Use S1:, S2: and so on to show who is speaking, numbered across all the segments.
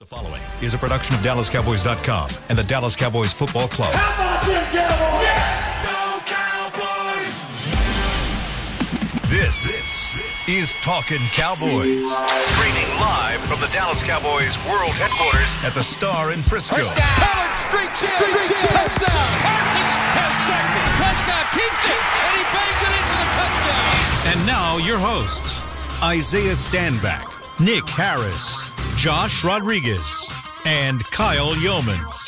S1: The following is a production of DallasCowboys.com and the Dallas Cowboys Football Club.
S2: How about them Cowboys?
S3: Go Cowboys!
S1: This is Talkin' Cowboys. Streaming live from the Dallas Cowboys World Headquarters at the Star in Frisco.
S4: Howard streaks in. Touchdown. Parsons has sacked it. Prescott keeps it, and he bangs it in for the touchdown.
S1: And now, your hosts Isaiah Stanback, Nick Harris, Josh Rodriguez, and Kyle Yeomans.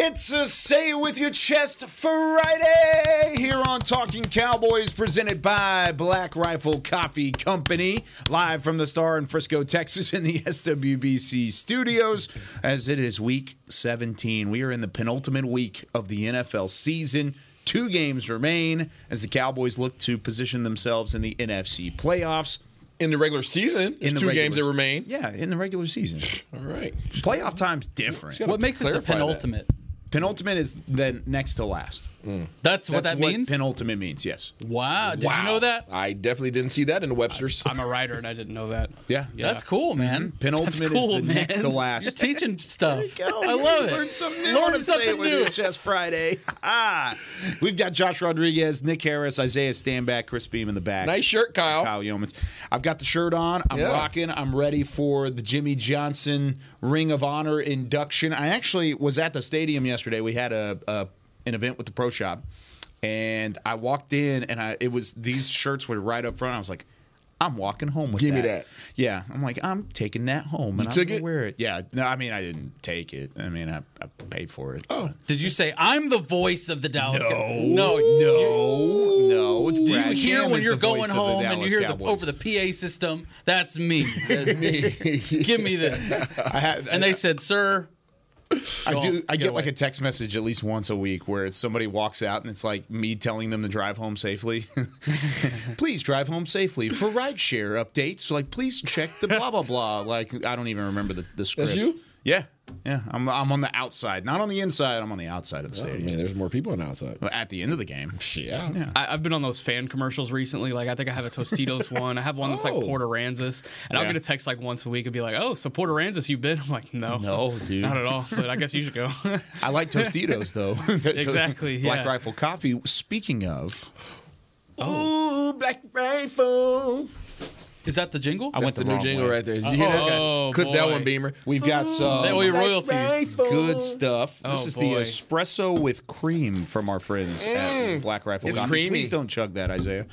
S5: It's a Say It With Your Chest Friday here on Talking Cowboys, presented by Black Rifle Coffee Company, live from the Star in Frisco, Texas, in the SWBC studios. As it is week 17, we are in the penultimate week of the NFL season. Two games remain as the Cowboys look to position themselves in the NFC playoffs.
S6: in the regular season. There's
S5: In the
S6: two
S5: regular-
S6: games that remain.
S5: Yeah, in the regular season.
S6: All right.
S5: Playoff time's different.
S6: Gotta
S7: What makes it the
S6: clarify that.
S7: penultimate?
S5: Penultimate is then next to last.
S7: That's, what
S5: That's
S7: that means.
S5: penultimate means, yes.
S7: wow! Did you know that?
S6: I definitely didn't see that in Webster's.
S7: I'm a writer and I didn't know that.
S5: Yeah.
S7: That's cool, man.
S5: Mm-hmm. Penultimate
S7: That's
S5: is the next to last.
S7: You're teaching stuff.
S5: go.
S7: I
S5: You
S7: love it.
S5: Learn something new.
S7: Learn
S5: on a Say It
S7: something
S5: With
S7: new.
S5: Your Chest Friday. Ah, we've got Josh Rodriguez, Nick Harris, Isaiah Standback, Chris Beam in the back.
S6: nice shirt, Kyle.
S5: Kyle Yeomans. I've got the shirt on. I'm
S6: Yeah.
S5: rocking. I'm ready for the Jimmy Johnson Ring of Honor induction. I actually was at the stadium yesterday. We had a, a an event with the pro shop, and I walked in, and I it was these shirts were right up front. I was like. I'm walking home with
S6: Give me that.
S5: Yeah, I'm like I'm taking that home and I'm
S6: took
S5: gonna
S6: it?
S5: wear it. Yeah, no, I mean I didn't take it. I mean I, I paid for it. Oh
S7: Did you say I'm the voice of the Dallas? Cow-"
S5: no, no, no!
S7: Do you hear when you're going home and you hear the, over the PA system? That's me. That's me. Give me this.
S5: I had,
S7: And they said, "Sir,
S5: I do.
S7: Don't
S5: I
S7: get
S5: get like
S7: away.
S5: a text message at least once a week where it's somebody walks out and it's like me telling them to drive home safely. please drive home safely for rideshare updates. Like please check the blah blah blah. Like I don't even remember the, the script.
S6: you?
S5: Yeah, yeah. I'm I'm on the outside, not on the inside. I'm on the outside of the
S6: I
S5: stadium.
S6: mean, there's more people on the outside.
S5: At the end of the game.
S6: Yeah.
S8: I, I've been on those fan commercials recently. Like I think I have a Tostitos one. I have one that's
S6: Oh.
S8: like Porter Ranzis, and I'll
S5: Yeah.
S8: get a text like once a week and be like, "Oh, so Porter Ranzis, you bid?" I'm like, "No, no,
S6: Oh,
S8: dude, not at all." But I guess you should go.
S5: I like Tostitos though.
S8: Exactly,
S5: Black
S8: yeah.
S5: Rifle Coffee. Speaking of. Ooh, Black Rifle.
S7: is that the jingle?"
S6: That's the, new jingle right there. Did you hear that?
S8: oh,
S6: Clip that
S8: boy.
S6: one, Beamer.
S5: We've got some.
S8: They owe you royalties.
S5: Good stuff. this
S8: Oh,
S5: is the
S8: boy.
S5: espresso with cream from our friends at Black Rifle.
S6: It's
S5: Coffee.
S6: creamy.
S5: Please don't chug that, Isaiah.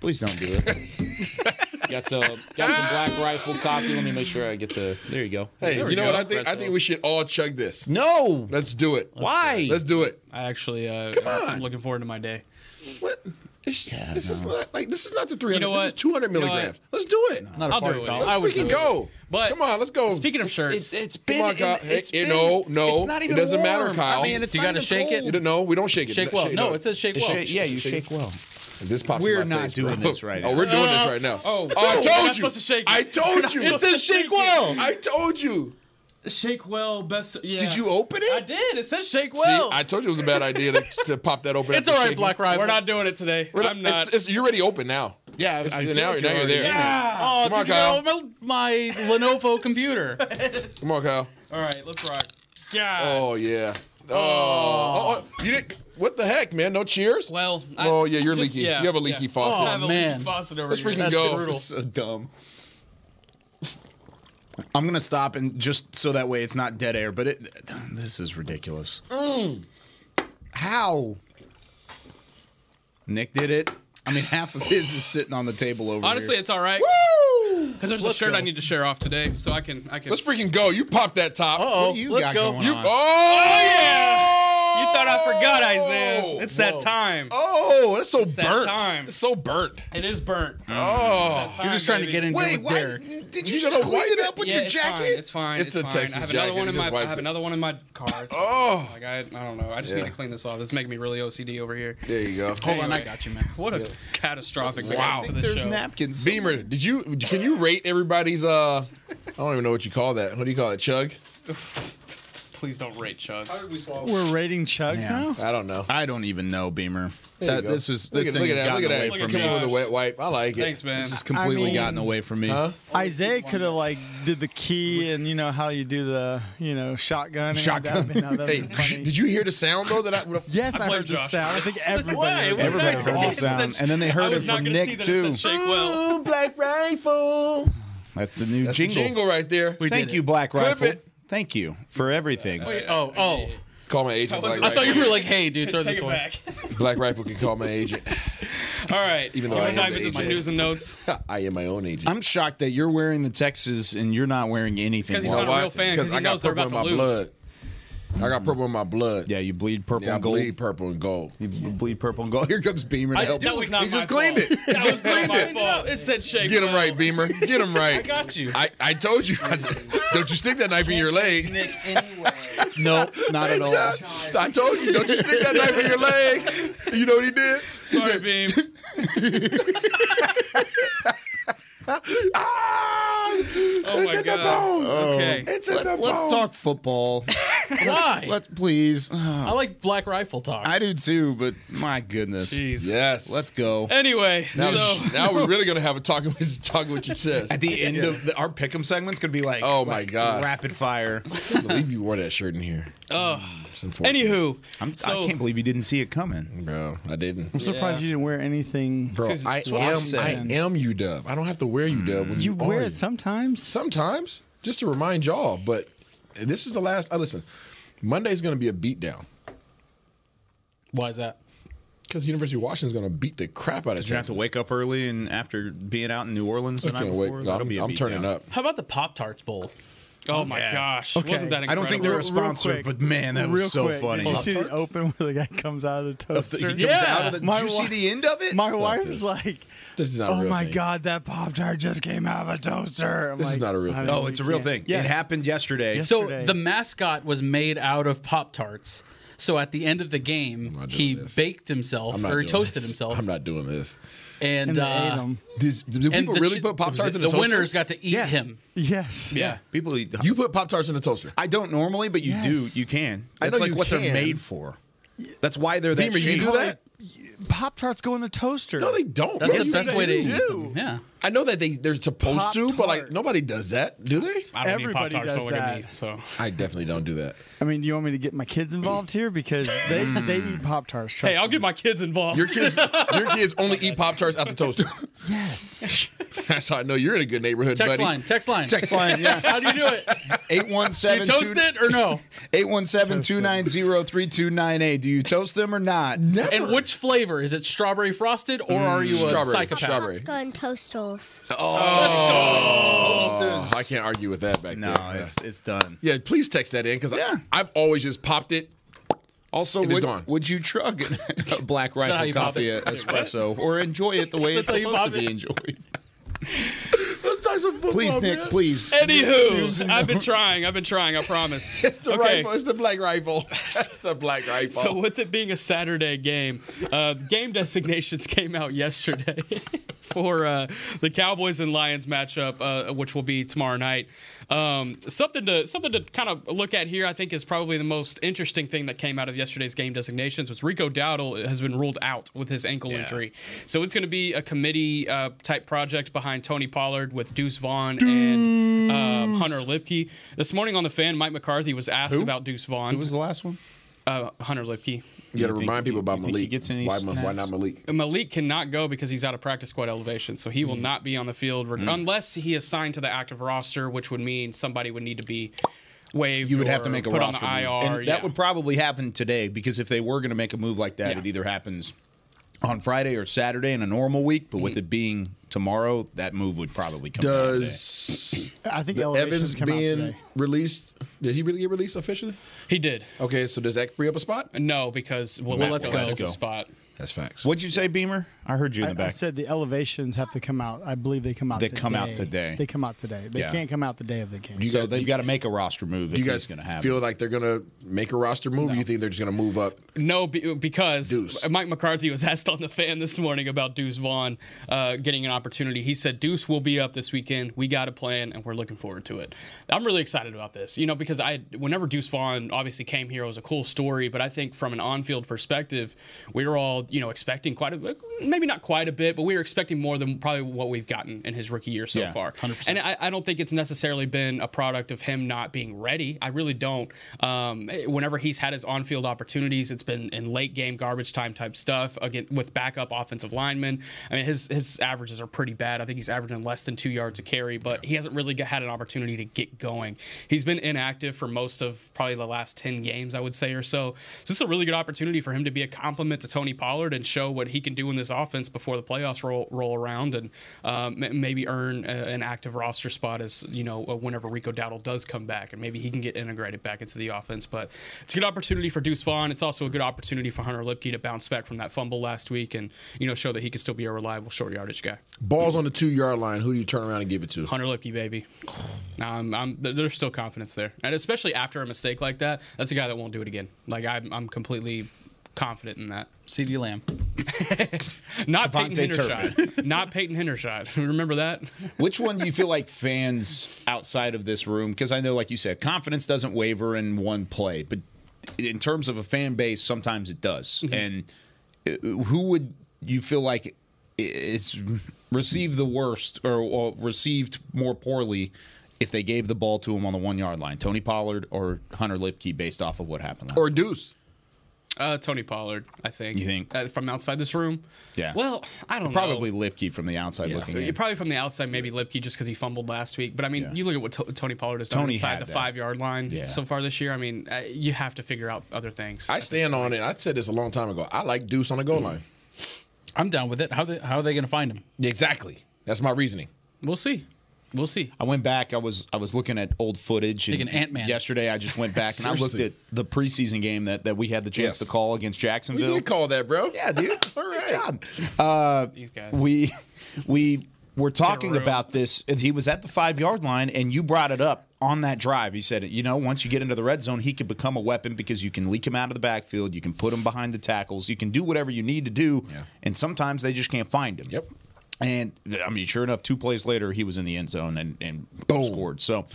S5: Please don't do it. got some got some Black Rifle coffee. Let me make sure I get the. There you go.
S6: Hey,
S5: There we
S6: you know
S5: go.
S6: what? I think I think we should all chug this.
S5: No.
S6: Let's do it.
S5: Why?
S6: Let's do it.
S8: I actually, uh,
S6: on.
S8: I'm looking forward to my day.
S6: What? It's- this is not like this is not the 300.
S8: know
S6: This is
S8: what?
S6: 200
S8: You know what?
S6: milligrams. Let's do it.
S7: Not a
S8: I'll do
S7: party
S8: it.
S7: foul.
S6: Let's
S8: I would
S6: freaking
S8: do it.
S6: go.
S8: But
S6: come on, let's go.
S8: Speaking of shirts,
S5: It's been.
S6: Come on, Kyle.
S5: in- it's
S6: Hey,
S5: been
S6: no, no.
S5: It's not
S6: It
S5: even
S6: doesn't matter,
S5: warm.
S6: Kyle.
S8: Oh,
S5: I mean, it's
S7: You
S5: not
S7: gotta
S5: even
S7: shake it?
S5: cold.
S6: you don't know. We don't shake it.
S7: Shake well. No,
S6: it.
S7: it says shake
S5: Just
S7: well.
S5: shake- yeah, you shake well.
S6: This pops
S5: We're
S6: in my
S5: not
S6: face,
S5: doing
S6: bro.
S5: this right
S6: Oh,
S5: now.
S6: we're doing this right now. Oh, I
S8: no, we're
S6: told
S8: not
S6: you.
S8: supposed to shake it.
S6: I
S8: We're
S6: told
S8: not
S6: you.
S8: supposed to shake it.
S6: I told you.
S8: Shake well, best. Yeah.
S5: Did you open it?
S8: I did. It said shake
S6: See,
S8: well.
S6: I told you it was a bad idea to, to pop that open.
S7: It's
S6: after
S7: all right,
S6: shaking.
S7: Black Rival.
S8: We're not doing it today.
S6: We're
S8: I'm not.
S6: it's- it's- you're already open now.
S5: Yeah,
S6: It's-
S5: I feel
S6: now,
S5: like
S6: now you're there.
S7: Oh,
S6: Come on,
S7: dude,
S6: Kyle.
S7: My, my Lenovo computer.
S6: Come on, Kyle.
S8: All right, let's rock. God.
S6: Oh yeah. Oh, oh, oh, you didn't. What the heck, man? No cheers.
S8: Well. I-
S6: oh yeah, you're
S8: just-
S6: leaky.
S8: yeah,
S6: you have a
S8: yeah.
S6: leaky
S8: I
S6: faucet.
S8: have a
S7: man.
S8: leaky faucet over
S6: Let's
S8: here.
S6: freaking
S8: That's
S6: go.
S8: brutal.
S5: so dumb. I'm gonna stop and just so that way it's not dead air. But it, this is ridiculous. How? Nick did it. I mean, half of his is sitting on the table over
S8: Honestly,
S5: here.
S8: it's all right. Because there's a shirt I need to share off today, so I can I can.
S6: Let's freaking go. You popped that top.
S7: Oh,
S5: you
S7: let's
S5: got
S7: go.
S5: going
S7: You-
S5: on?
S6: Oh yeah.
S8: you thought I forgot, Isaiah? It's that time.
S6: Oh, that's so
S8: that
S6: burnt.
S8: time.
S6: It's so burnt.
S8: It is burnt.
S6: Oh,
S8: You're
S7: just trying to get in there with Derek.
S5: did you
S6: You
S5: just
S6: gotta
S5: clean
S6: wipe
S5: it
S6: it.
S5: up with
S8: yeah,
S5: your
S8: it's
S5: jacket?
S8: Fine. It's fine.
S6: It's
S8: It's,
S6: a
S8: fine.
S6: Texas
S8: I have
S6: jacket.
S8: another one in
S6: It
S8: my.
S6: just
S8: I
S6: wipes
S8: have
S6: it.
S8: another one in my car. It's
S6: Oh.
S8: Like I, I don't know. I just
S6: Yeah.
S8: need to clean this off. This is making me really OCD over here.
S6: There you go.
S7: Hold on, I
S8: Anyway.
S7: got you, man.
S8: What a catastrophic
S6: Wow.
S8: wow. to this
S5: There's
S8: show.
S5: napkins.
S6: Beamer, did you can you rate everybody's uh I don't even know what you call that. What do you call it? Chug?
S8: Please don't rate Chugs.
S9: We're rating chugs now.
S6: I don't know.
S10: I don't even know, Beamer.
S6: There you
S10: That,
S6: go.
S10: this is
S6: look
S10: this
S6: at, look
S10: thing's
S6: at that.
S10: gotten
S6: Look at
S10: away
S6: that.
S8: Look
S10: from
S8: at
S10: me.
S6: Coming with a
S8: Josh.
S6: wet wipe. I like it.
S8: Thanks, man.
S10: This has completely
S9: mean-
S10: gotten away from me.
S6: Huh?
S9: Isaiah could have like did the key and you know how you do the you know shotgun. Shotgun. That, would
S6: Hey,
S9: been funny.
S6: did you hear the sound though? That I,
S9: Yes, I,
S8: blame
S9: heard the
S8: Josh.
S9: sound. I think everybody.
S8: Why?
S9: heard
S8: It
S9: the
S8: was
S9: sound.
S5: Everybody heard the
S8: It's such-
S5: sound, and then they heard
S8: I
S5: it
S8: was not
S5: from
S8: gonna see
S5: Nick
S8: that it
S5: too.
S8: said Shake well.
S10: Black rifle.
S5: That's the new
S6: that's
S5: jingle.
S6: jingle. jingle right there.
S7: We
S5: Thank
S7: did
S5: you,
S7: it.
S5: Black
S6: Clip
S5: Rifle.
S6: it.
S5: Thank you for everything.
S8: Wait, oh, oh.
S6: Call my agent. Black
S8: wasn't-
S7: I
S6: Rifle.
S7: thought you were like, hey, dude, throw
S8: Take
S7: this
S8: it
S7: away.
S8: back.
S6: Black Rifle can call my agent.
S8: All right. Even
S6: Even though
S8: though
S6: I
S8: you want
S6: am
S8: to dive
S6: the
S8: into some
S6: agent.
S8: news and notes?
S6: I am my own agent.
S5: I'm shocked that you're wearing the Texas and you're not wearing anything.
S8: 'cause he's
S5: Well,
S8: not a real fan, 'cause he
S6: I got
S8: knows they're
S6: purple
S8: about
S6: in
S8: to
S6: my
S8: lose.
S6: blood. I got purple in my blood.
S5: yeah, you bleed purple
S6: Yeah, I
S5: and gold.
S6: bleed purple and gold.
S5: You bleed purple and gold. Here comes Beamer to
S8: I,
S5: help.
S8: that was not
S6: He just
S8: my
S6: cleaned
S8: fault.
S6: it. He
S8: That was
S6: just
S8: not
S6: cleaned
S8: my
S6: it.
S8: fault. It said shake
S6: Get him
S8: well.
S6: right, Beamer. Get him right.
S8: I got you.
S6: I, I told you. I said, don't you stick that knife in your leg.
S5: Nope, not at all.
S6: I told you. Don't you stick that knife in your leg. You know what he did? He
S8: Sorry,
S6: said,
S8: Beam.
S6: ah,
S8: Oh
S6: it's
S8: my
S6: in the
S8: god.
S6: bone.
S8: Okay.
S6: It's in the bone.
S5: Let's talk football.
S7: Why?
S5: Let's please.
S7: I like Black Rifle talk.
S5: I do too, but my goodness.
S8: Jeez.
S6: Yes.
S5: Let's go.
S8: Anyway,
S6: Now,
S8: so
S6: now we're really gonna have a talk with talk with your chest.
S5: At the end of the, our pick'em segment's gonna be like,
S6: Oh my
S5: like
S6: gosh.
S5: rapid fire.
S6: I believe you wore that shirt in here.
S8: Oh, uh, anywho,
S5: I'm,
S8: So-
S5: I can't believe you didn't see it coming.
S6: bro, I didn't.
S9: I'm surprised you didn't wear anything.
S6: Bro,
S8: Susan,
S6: I
S8: that's what I
S6: am
S9: said.
S6: I am U Dub. I don't have to wear U Dub. when
S9: You
S6: are
S9: wear
S6: U.
S9: it sometimes.
S6: sometimes just to remind y'all. But this is the last. Uh, listen, Monday's gonna be a beatdown
S7: Why is that?
S6: because University of Washington's gonna beat the crap out of.
S5: Did you have to wake up early and after being out in New Orleans the
S6: I
S5: night
S6: can't
S5: before?
S6: wait. No,
S5: That'll
S6: I'm,
S5: be a
S6: I'm
S5: beat
S6: turning
S5: down.
S6: up.
S7: How about the Pop Tarts Bowl?
S8: oh my gosh, wasn't that
S5: I
S8: incredible?
S5: don't think they're a
S9: Real- real
S5: sponsor,
S9: quick.
S5: but man, that was
S9: Real
S5: so
S9: quick,
S5: funny.
S9: Did you see the open where the guy comes out of the
S8: Oh,
S5: He
S9: toaster?
S5: comes out of the-
S9: My
S5: did you
S9: wi-
S5: see the end of it?
S9: My
S5: Fuck
S9: wife's
S5: this.
S9: like,
S6: This is not. a
S9: "Oh
S6: real
S9: my
S6: thing.
S9: god, that pop tart just came out of a toaster." I'm
S6: This is
S9: like,
S6: not a real
S9: "I
S6: thing."
S9: don't
S5: Oh,
S9: know,
S5: it's a
S9: you
S5: real
S9: can't."
S5: thing.
S9: Yes.
S5: It happened yesterday.
S9: Yes.
S7: So
S9: Yesterday.
S7: the mascot was made out of Pop Tarts. So at the end of the game,
S6: not doing
S7: he
S6: this.
S7: baked himself
S6: I'm not
S7: or
S6: doing
S7: toasted
S6: this.
S7: himself,
S6: I'm not doing this.
S7: and,
S9: And they
S7: uh,
S9: ate 'em.
S6: Does, do
S7: and
S6: people
S7: the
S6: really
S7: ch-
S6: put Pop Tarts in a
S7: The
S6: toaster?
S7: winners got to eat
S9: Yeah.
S7: him.
S9: Yes.
S5: yeah, people eat.
S6: You put Pop Tarts in a toaster.
S5: I don't normally, but you
S9: Yes.
S5: do. You can.
S6: I
S5: That's
S6: know
S5: like
S6: you
S5: what
S6: can.
S5: they're made for. That's why they're that
S6: Beamer, you
S5: shape.
S6: do that?
S9: Pop tarts go in the toaster.
S6: No, they don't.
S7: That's
S6: Yes,
S7: the
S6: they
S7: best way to
S6: do.
S7: eat
S9: do.
S7: them. Yeah.
S6: I know that they they're supposed to, but like
S9: Pop-Tart.
S6: nobody does that, do they?
S8: I don't need pop
S9: Everybody
S8: tarts.
S9: does
S8: Don't look at me.
S9: that.
S8: So
S6: I definitely don't do that.
S9: I mean, do you want me to get my kids involved here because they they eat pop tarts?
S8: hey, I'll get my kids involved.
S6: Your kids, your kids only eat Pop Tarts out the toaster.
S9: Yes.
S6: That's how I know you're in a good neighborhood,
S7: Text
S6: buddy.
S7: line. Text line.
S5: Text line, yeah.
S7: How do you do it? You
S5: 817
S7: toast it or no?
S5: 817 290 3298. Do you toast them or not?
S6: Never.
S7: And which flavor? Is it strawberry frosted or are you a
S6: strawberry?
S7: psychopath?
S6: Strawberry.
S1: Going toastals.
S6: Oh, I can't argue with that back
S5: No,
S6: there.
S5: it's it's done.
S6: yeah, please text that in because
S5: Yeah.
S6: I've always just popped it.
S5: Also,
S6: is
S5: would,
S6: gone.
S5: would you trug a black
S7: how
S5: rifle
S7: you pop
S5: coffee
S7: it?
S5: a- espresso or enjoy it the way it's
S7: how you
S5: supposed to
S7: pop
S5: be
S7: it?
S5: enjoyed?
S6: Let's talk some football.
S5: Please, Nick,
S6: man.
S5: please.
S8: Anywho, I've been trying. I've been trying. I promise.
S6: It's the rifle. It's the black rifle. It's the black rifle.
S8: So with it being a Saturday game, uh, game designations came out yesterday for uh, the Cowboys and Lions matchup, uh, which will be tomorrow night. Um, something to something to kind of look at here, I think, is probably the most interesting thing that came out of yesterday's game designations was Rico Dowdle has been ruled out with his ankle injury, so it's going to be a committee uh, type project behind Tony Pollard with Deuce Vaughn and um, Hunter Lipke. This morning on the fan, Mike McCarthy was asked about Deuce Vaughn.
S5: Who was the last one?
S8: uh, Hunter Lipke.
S6: you got to
S5: You think-
S6: remind people about
S5: you think he
S6: Malik.
S5: gets any
S6: why, why
S5: snaps?
S6: not Malik?
S8: Malik cannot go because he's out of practice squad elevation, so he will
S5: Mm.
S8: not be on the field reg- unless he is signed to the active roster, which would mean somebody would need to be waived.
S5: You would have
S8: or
S5: to make a
S8: put
S5: roster
S8: on the
S5: move.
S8: IR.
S5: and
S8: yeah.
S5: that would probably happen today because if they were going to make a move like that,
S8: Yeah.
S5: it either happens on Friday or Saturday in a normal week. But with it being tomorrow, that move would probably come. down today.
S6: Does
S9: I think
S6: the
S9: elevations
S6: Evans
S9: come out
S6: being
S9: today.
S6: released? Did he really get released officially?
S8: he did.
S6: Okay, so does that free up a spot?
S8: No, because well,
S5: Well,
S8: let's
S5: let's
S8: go.
S5: go.
S8: Spot.
S11: That's facts.
S5: What'd you say, Beamer? I heard you in
S9: I,
S5: the
S9: I
S5: back.
S9: said the elevations have to come out. I believe they come out.
S5: They
S9: today.
S5: come out today.
S9: They come out today. They
S5: Yeah.
S9: can't come out the day of the game.
S5: so they've got to make a roster move if
S6: You
S5: he's
S6: guys
S5: going to have
S6: feel
S5: it.
S6: like they're gonna make a roster move? Or you think they're just gonna move up?
S8: No, be- because
S6: Deuce.
S8: Mike McCarthy was asked on the fan this morning about Deuce Vaughn uh, getting an opportunity. He said Deuce will be up this weekend. We got a plan, and we're looking forward to it. I'm really excited about this, you know, because I whenever Deuce Vaughn obviously came here, it was a cool story. But I think from an on-field perspective, we were all you know expecting quite a maybe not quite a bit, but we were expecting more than probably what we've gotten in his rookie year so
S5: Yeah,
S8: far. And I, I don't think it's necessarily been a product of him not being ready. I really don't. Um, whenever he's had his on-field opportunities, it's been in late game garbage time type stuff again with backup offensive linemen. I mean, his his averages are pretty bad. I think he's averaging less than two yards a carry, but he hasn't really g had an opportunity to get going. He's been inactive for most of probably the last ten games, I would say, or so. So this is a really good opportunity for him to be a compliment to Tony Pollard and show what he can do in this offense before the playoffs roll roll around and um, m- maybe earn a, an active roster spot as you know uh, whenever Rico Dowdle does come back and maybe he can get integrated back into the offense. But it's a good opportunity for Deuce Vaughn. It's also a good opportunity for Hunter Lipke to bounce back from that fumble last week and you know show that he can still be a reliable short yardage guy.
S6: Balls on the two yard line. Who do you turn around and give it to?
S8: Hunter Lipke, baby. Um, I'm, th- there's still confidence there, and especially after a mistake like that, that's a guy that won't do it again. Like I'm, I'm completely confident in that.
S7: CD Lamb.
S8: Not Peyton
S5: Devontae
S8: Hendershot. Not Peyton Hendershot. Remember that?
S5: Which one do you feel like fans outside of this room? Because I know, like you said, confidence doesn't waver in one play, but in terms of a fan base, sometimes it does.
S8: Mm-hmm.
S5: And uh, who would you feel like i- it's received the worst or, or received more poorly if they gave the ball to him on the one yard line? Tony Pollard or Hunter Lipke, based off of what happened last
S6: Or Deuce?
S8: Uh, Tony Pollard, I think.
S5: You think?
S8: uh, from outside this room?
S5: Yeah.
S8: Well, I don't know.
S5: Probably Lipke from the outside looking
S8: Yeah,
S5: in.
S8: Probably from the outside, maybe Lipke, just because he fumbled last week. But I mean,
S5: Yeah.
S8: you look at what T- Tony Pollard has done
S5: Tony
S8: inside
S5: had
S8: the
S5: that.
S8: five yard line
S5: Yeah.
S8: so far this year. I mean, uh, you have to figure out other things.
S6: I stand on it. I said this a long time ago. I like Deuce on the goal line.
S7: I'm down with it. How they, how are they going to find him?
S6: Exactly. That's my reasoning.
S8: we'll see. We'll see.
S5: I went back. I was I was looking at old footage.
S7: Like an Ant-Man.
S5: Yesterday, I just went back and I looked
S6: Seriously.
S5: at the preseason game that, that we had the chance
S6: Yes.
S5: to call against
S6: We
S5: Jacksonville.
S6: did call that, bro.
S5: yeah, dude.
S6: All right.
S5: Nice job.
S8: These guys.
S5: We we were talking
S8: room.
S5: about this. and He was at the five yard line, and you brought it up on that drive. You said, you know, once you get into the red zone, he can become a weapon because you can leak him out of the backfield, you can put him behind the tackles, you can do whatever you need to do,
S6: Yeah.
S5: and sometimes they just can't find him.
S6: Yep.
S5: And th- I mean, sure enough, two plays later, he was in the end zone and, and
S6: Boom.
S5: scored. So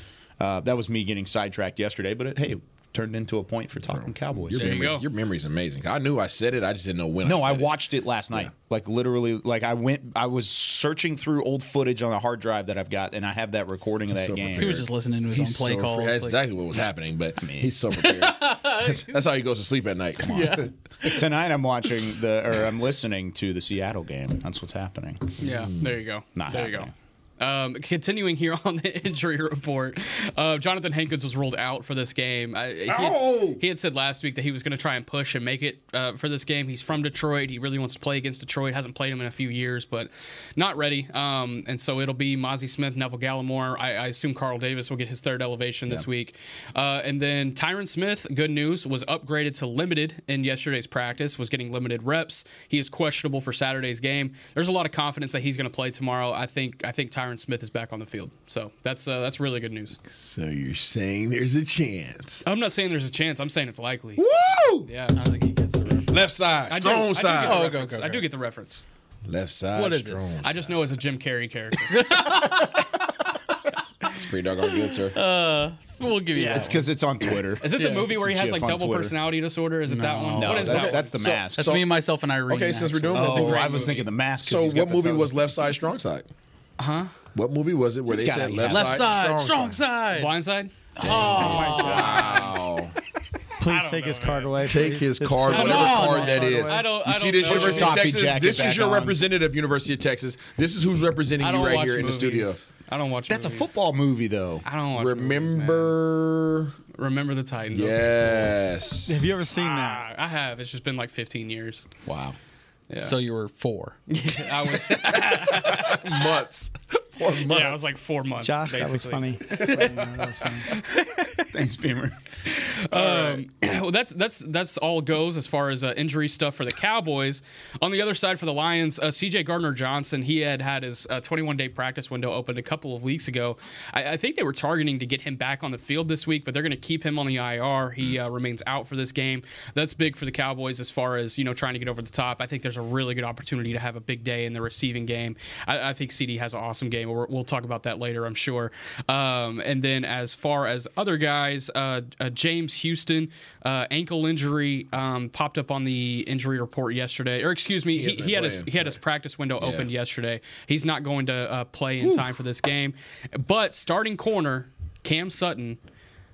S5: uh, that was me getting sidetracked yesterday, but it, hey, it turned into a point for talking Cowboys.
S6: Your,
S8: There you
S6: memory's,
S8: go.
S6: your memory's amazing. I knew I said it. I just didn't know when.
S5: No,
S6: I,
S5: I
S6: said it.
S5: watched it last night. Like literally, like I went, I was searching through old footage on a hard drive that I've got, and I have that recording of that
S6: so
S5: game.
S7: He was just listening to his
S6: He's
S7: own play
S6: so
S7: calls.
S6: afraid. That's
S7: like-
S6: exactly what was happening, but he's so prepared. that's, that's how he goes to sleep at night. Come on.
S5: Tonight, I'm watching the, or I'm listening to the Seattle game. That's what's happening.
S8: Yeah, there you go.
S5: Not
S8: there you
S5: happening.
S8: go. Um, continuing here on the injury report, uh, Jonathan Hankins was ruled out for this game. I, he, had, he had said last week that he was going to try and push and make it uh, for this game. He's from Detroit. He really wants to play against Detroit. Hasn't played him in a few years, but not ready. Um, and so it'll be Mozzie Smith, Neville Gallimore. I, I assume Carl Davis will get his third elevation this week. Uh, and then Tyron Smith, good news, was upgraded to limited in yesterday's practice, was getting limited reps. He is questionable for Saturday's game. There's a lot of confidence that he's going to play tomorrow. I think I think Tyron Smith is back on the field. So that's uh, that's really good news.
S6: So you're saying there's a chance?
S8: I'm not saying there's a chance. I'm saying it's likely.
S6: Woo!
S8: Yeah, I think he gets the reference.
S6: Left side,
S8: I do, I
S6: strong
S8: do
S6: side.
S8: Get the
S7: Oh, okay,
S8: reference.
S7: okay,
S8: I do
S7: okay.
S8: get the reference.
S6: Left side,
S7: What is it?
S6: strong.
S8: I just know it's a Jim Carrey character.
S6: It's pretty doggone good, sir.
S7: We'll give you that.
S5: It's because it's on Twitter.
S8: Is it the movie where he
S5: It's a
S8: has like
S5: GIF on
S8: double
S5: Twitter.
S8: personality disorder? Is it that one?
S7: No,
S8: what is
S5: that's,
S8: that?
S5: that's the
S6: So-
S5: mask.
S7: That's me, myself, and Irene.
S6: okay, since we're doing
S7: actually.
S6: that,
S5: oh,
S8: great
S5: I was
S8: movie.
S5: thinking the mask. 'cause
S6: so
S5: he's got
S6: what
S5: the
S6: movie
S5: tongue.
S6: was Left Side, Strong Side? Huh? What movie was Uh-huh. it where
S5: It's
S6: they
S5: gotta
S6: said
S5: be
S6: Left,
S7: left
S6: Side,
S7: side, strong, side.
S8: Blind Side?
S9: Please take his card away.
S6: Take
S9: please.
S6: his
S9: This
S6: card,
S9: card
S6: whatever
S9: away.
S6: card that is.
S8: I don't-
S6: you
S8: I don't
S6: see this
S8: know.
S6: University
S5: Put
S6: of
S5: your
S6: Texas?
S5: coffee jacket
S6: This
S5: back
S6: is your
S5: on.
S6: representative, University of Texas. This is who's representing
S8: I don't
S6: you right
S8: watch
S6: here in the
S8: movies.
S6: studio.
S8: I don't watch.
S5: That's a
S8: movies.
S5: football movie, though.
S8: I don't watch. movies, man.
S6: Remember?
S8: Remember the Titans?
S6: Yes.
S9: Have you ever seen
S7: Ah,
S9: that?
S8: I I have. It's just been like 15 years.
S5: Wow.
S7: So you were four.
S8: I was.
S6: Months. Four months.
S8: Yeah, it was like four months.
S9: Josh, that was
S8: basically.
S9: funny. Just letting you know, that was funny.
S12: Thanks, Beamer.
S8: Um, well, that's that's that's all goes as far as uh, injury stuff for the Cowboys. On the other side for the Lions, uh, C.J. Gardner Johnson, he had had his uh, 21-day practice window opened a couple of weeks ago. I, I think they were targeting to get him back on the field this week, but they're going to keep him on the IR. He uh, remains out for this game. That's big for the Cowboys as far as you know trying to get over the top. I think there's a really good opportunity to have a big day in the receiving game. I, I think CD has an awesome game. We're, we'll talk about that later, I'm sure. Um, and then as far as other guys, uh, uh, James Houston uh, ankle injury um, popped up on the injury report yesterday, or excuse me, he, he,
S6: isn't
S8: had his
S6: playing,
S8: he had his practice window opened yesterday. He's not going to uh, play in time for this game, but starting corner Cam Sutton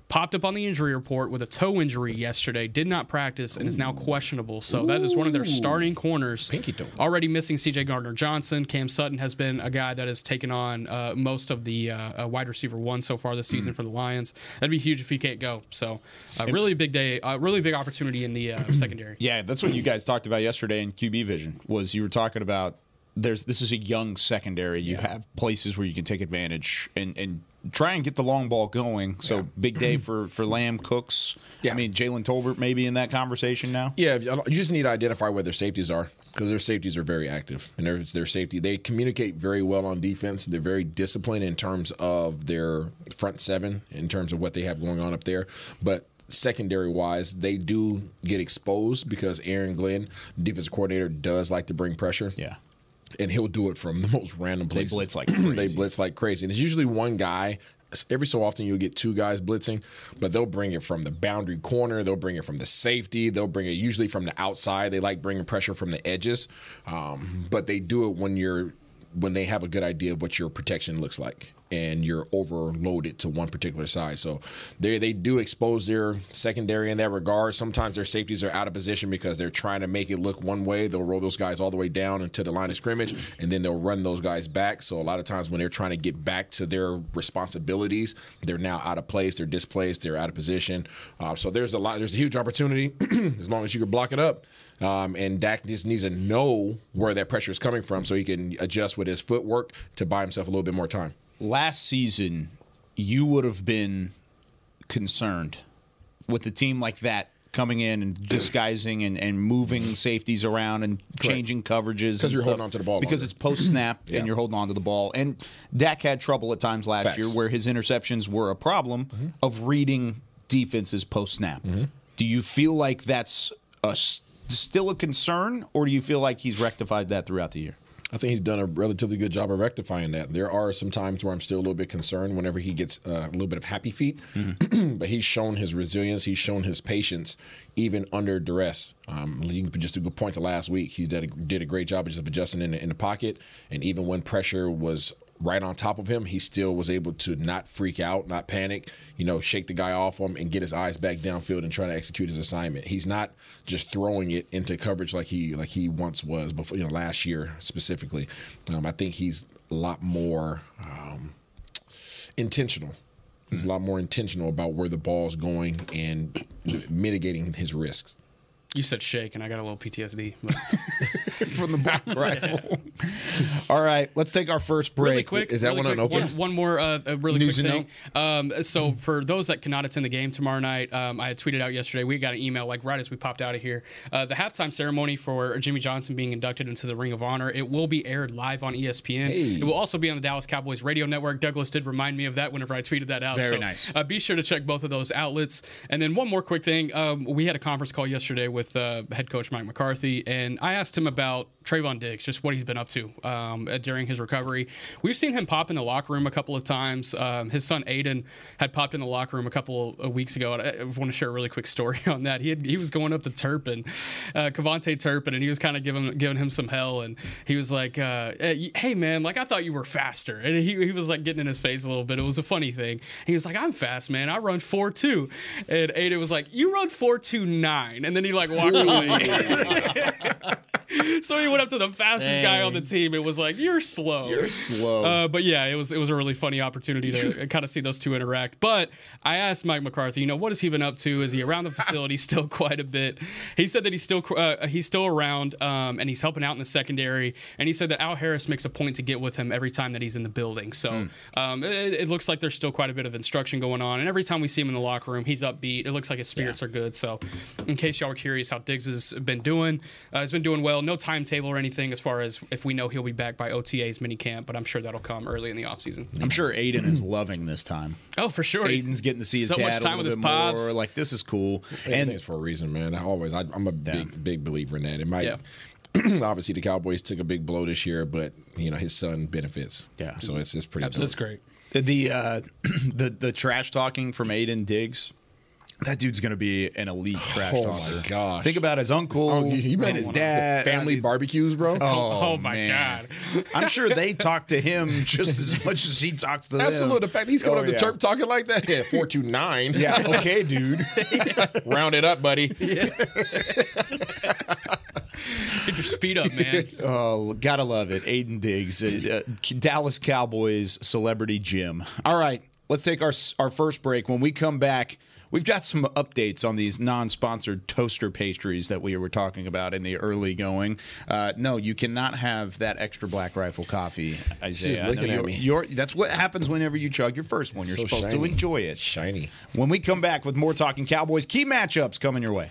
S8: popped up on the injury report with a toe injury yesterday, did not practice, and is now questionable. So that is one of their starting corners.
S6: Pinky toe.
S8: Already missing C.J. Gardner Johnson. Cam Sutton has been a guy that has taken on uh, most of the uh, uh, wide receiver one so far this
S6: Mm.
S8: season for the Lions. That'd be huge if he can't go. So a really big day, a really big opportunity in the uh, secondary.
S5: Yeah, that's what you guys talked about yesterday in QB Vision. Was you were talking about there's this is a young secondary. You have places where you can take advantage and and try and get the long ball going. So big day for for Lamb Cooks.
S6: Yeah.
S5: I mean Jalen Tolbert maybe in that conversation now.
S6: Yeah, if you I don't- you just need to identify where their safeties are because their safeties are very active and their their safety. They communicate very well on defense. They're very disciplined in terms of their front seven, in terms of what they have going on up there, but. Secondary wise, they do get exposed because Aaron Glenn, defensive coordinator, does like to bring pressure
S5: Yeah.
S6: and he'll do it from the most random places.
S5: blitz like crazy.
S6: they blitz like crazy, and it's usually one guy. Every so often, you'll get two guys blitzing, but they'll bring it from the boundary corner. They'll bring it from the safety. They'll bring it usually from the outside. They like bringing pressure from the edges, um, but they do it when you're when they have a good idea of what your protection looks like and you're overloaded to one particular side. So they they do expose their secondary in that regard. Sometimes their safeties are out of position because they're trying to make it look one way. They'll roll those guys all the way down into the line of scrimmage and then they'll run those guys back. So a lot of times when they're trying to get back to their responsibilities, they're now out of place, they're displaced, they're out of position. Uh, so there's a lot there's a huge opportunity as long as you can block it up. Um, and Dak just needs to know where that pressure is coming from so he can adjust with his footwork to buy himself a little bit more time.
S5: last season, you would have been concerned with a team like that coming in and disguising and, and moving safeties around and changing coverages and
S6: you're holding
S5: stuff.
S6: onto the ball
S5: because
S6: longer.
S5: it's post snap
S6: Yeah.
S5: and you're holding onto the ball and Dak had trouble at times last
S6: Facts. Mm-hmm.
S5: year where his interceptions were a problem of reading defenses post snap. Do you feel like that's a s still a concern or do you feel like he's rectified that throughout the year?
S6: I think he's done a relatively good job of rectifying that. There are some times where I'm still a little bit concerned whenever he gets uh, a little bit of happy feet, but he's shown his resilience. He's shown his patience even under duress. Um, you can just a good point to last week. He did a, did a great job of just adjusting in the, in the pocket, and even when pressure was right on top of him, he still was able to not freak out, not panic, you know, shake the guy off him and get his eyes back downfield and try to execute his assignment. He's not just throwing it into coverage like he like he once was before, you know, last year specifically. Um, I think he's a lot more um, intentional. He's a lot more intentional about where the ball's going and mitigating his risks.
S8: You said shake, and I got a little PTSD. But
S5: from the black rifle. All right, let's take our first break.
S8: Really quick,
S6: Is that
S8: really
S6: one
S8: quick,
S6: unopened?
S8: One, one more uh, uh, really
S5: News
S8: quick
S5: and
S8: thing. Um, so for those that cannot attend the game tomorrow night, um, I had tweeted out yesterday. We got an email like right as we popped out of here. Uh, the halftime ceremony for Jimmy Johnson being inducted into the Ring of Honor. It will be aired live on E ESPN. It will also be on the Dallas Cowboys radio network. Douglas did remind me of that whenever I tweeted that out.
S7: Very
S8: So,
S7: nice.
S8: Uh, be sure to check both of those outlets. And then one more quick thing. Um, we had a conference call yesterday with uh, head coach Mike McCarthy, and I asked him about Trayvon Diggs, just what he's been up to um, uh, during his recovery. We've seen him pop in the locker room a couple of times. Um, his son Aiden had popped in the locker room a couple of weeks ago, and I, I want to share a really quick story on that. He had, he was going up to Turpin, uh, Cavante Turpin, and he was kind of giving giving him some hell, and he was like, uh, "Hey man, like I thought you were faster," and he, he was like getting in his face a little bit. It was a funny thing. And he was like, "I'm fast, man. I run four two. and Ada was like, "You run four two nine," and then he like walked away. so he went up to the fastest guy on the team. It was like, "You're slow." You're
S6: slow.
S8: Uh, but yeah, it was it was a really funny opportunity to kind of see those two interact. But I asked Mike McCarthy, you know, what has he been up to? Is he around the facility still quite a bit? He said that he's still uh, he's still around um, and he's helping out in the secondary. And he said that Al Harris makes a point to get with him every time that he's in the building. So
S5: Hmm.
S8: um, it, it looks like there's still quite a bit of instruction going on. And every time we see him in the locker room, he's upbeat. It looks like his spirits are good. So in case y'all are curious how Diggs has been doing, uh, he's been doing well. No timetable or anything as far as if we know he'll be back by OTA's minicamp, but I'm sure that'll come early in the offseason.
S5: I'm sure Aiden is loving this time.
S8: Oh, for sure.
S5: Aiden's getting to see his
S8: so
S5: dad
S8: much time
S5: a little
S8: with his
S5: bit
S8: pops.
S5: more. Like this is cool.
S6: and
S5: And
S6: it's for a reason, man. I always, I, I'm a big, big believer in that. It might,
S8: Yeah.
S6: obviously, the Cowboys took a big blow this year, but you know his son benefits.
S5: Yeah.
S6: so it's it's pretty.
S8: That's
S6: dope.
S8: great.
S5: the uh, the the trash talking from Aiden Diggs. That dude's gonna be an elite trash
S6: Oh
S5: talker.
S6: my gosh!
S5: Think about his uncle
S6: Oh, you- you
S5: and
S6: better
S5: his
S6: wanna-
S5: dad.
S6: family barbecues, bro.
S8: Oh, my
S5: man.
S8: God.
S5: I'm sure they talk to him just as much as he talks to them.
S6: Absolutely. The fact that he's going
S5: Oh,
S6: up to
S5: yeah.
S6: Terp talking like that. Yeah, 429.
S5: Yeah. Okay, dude.
S6: Round it up, buddy.
S8: Get your speed up, man.
S5: Oh, gotta love it. Aiden Diggs, uh, uh, Dallas Cowboys celebrity Jim. All right, let's take our our first break. When we come back, we've got some updates on these non-sponsored toaster pastries that we were talking about in the early going. Uh, no, you cannot have that extra Black Rifle coffee, Isaiah. I know
S6: looking at
S5: you're-
S6: me.
S5: you're- that's what happens whenever you chug your first one. You're
S6: So
S5: supposed to
S6: shiny.
S5: enjoy it.
S6: Shiny.
S5: When we come back with more talking Cowboys, key matchups coming your way.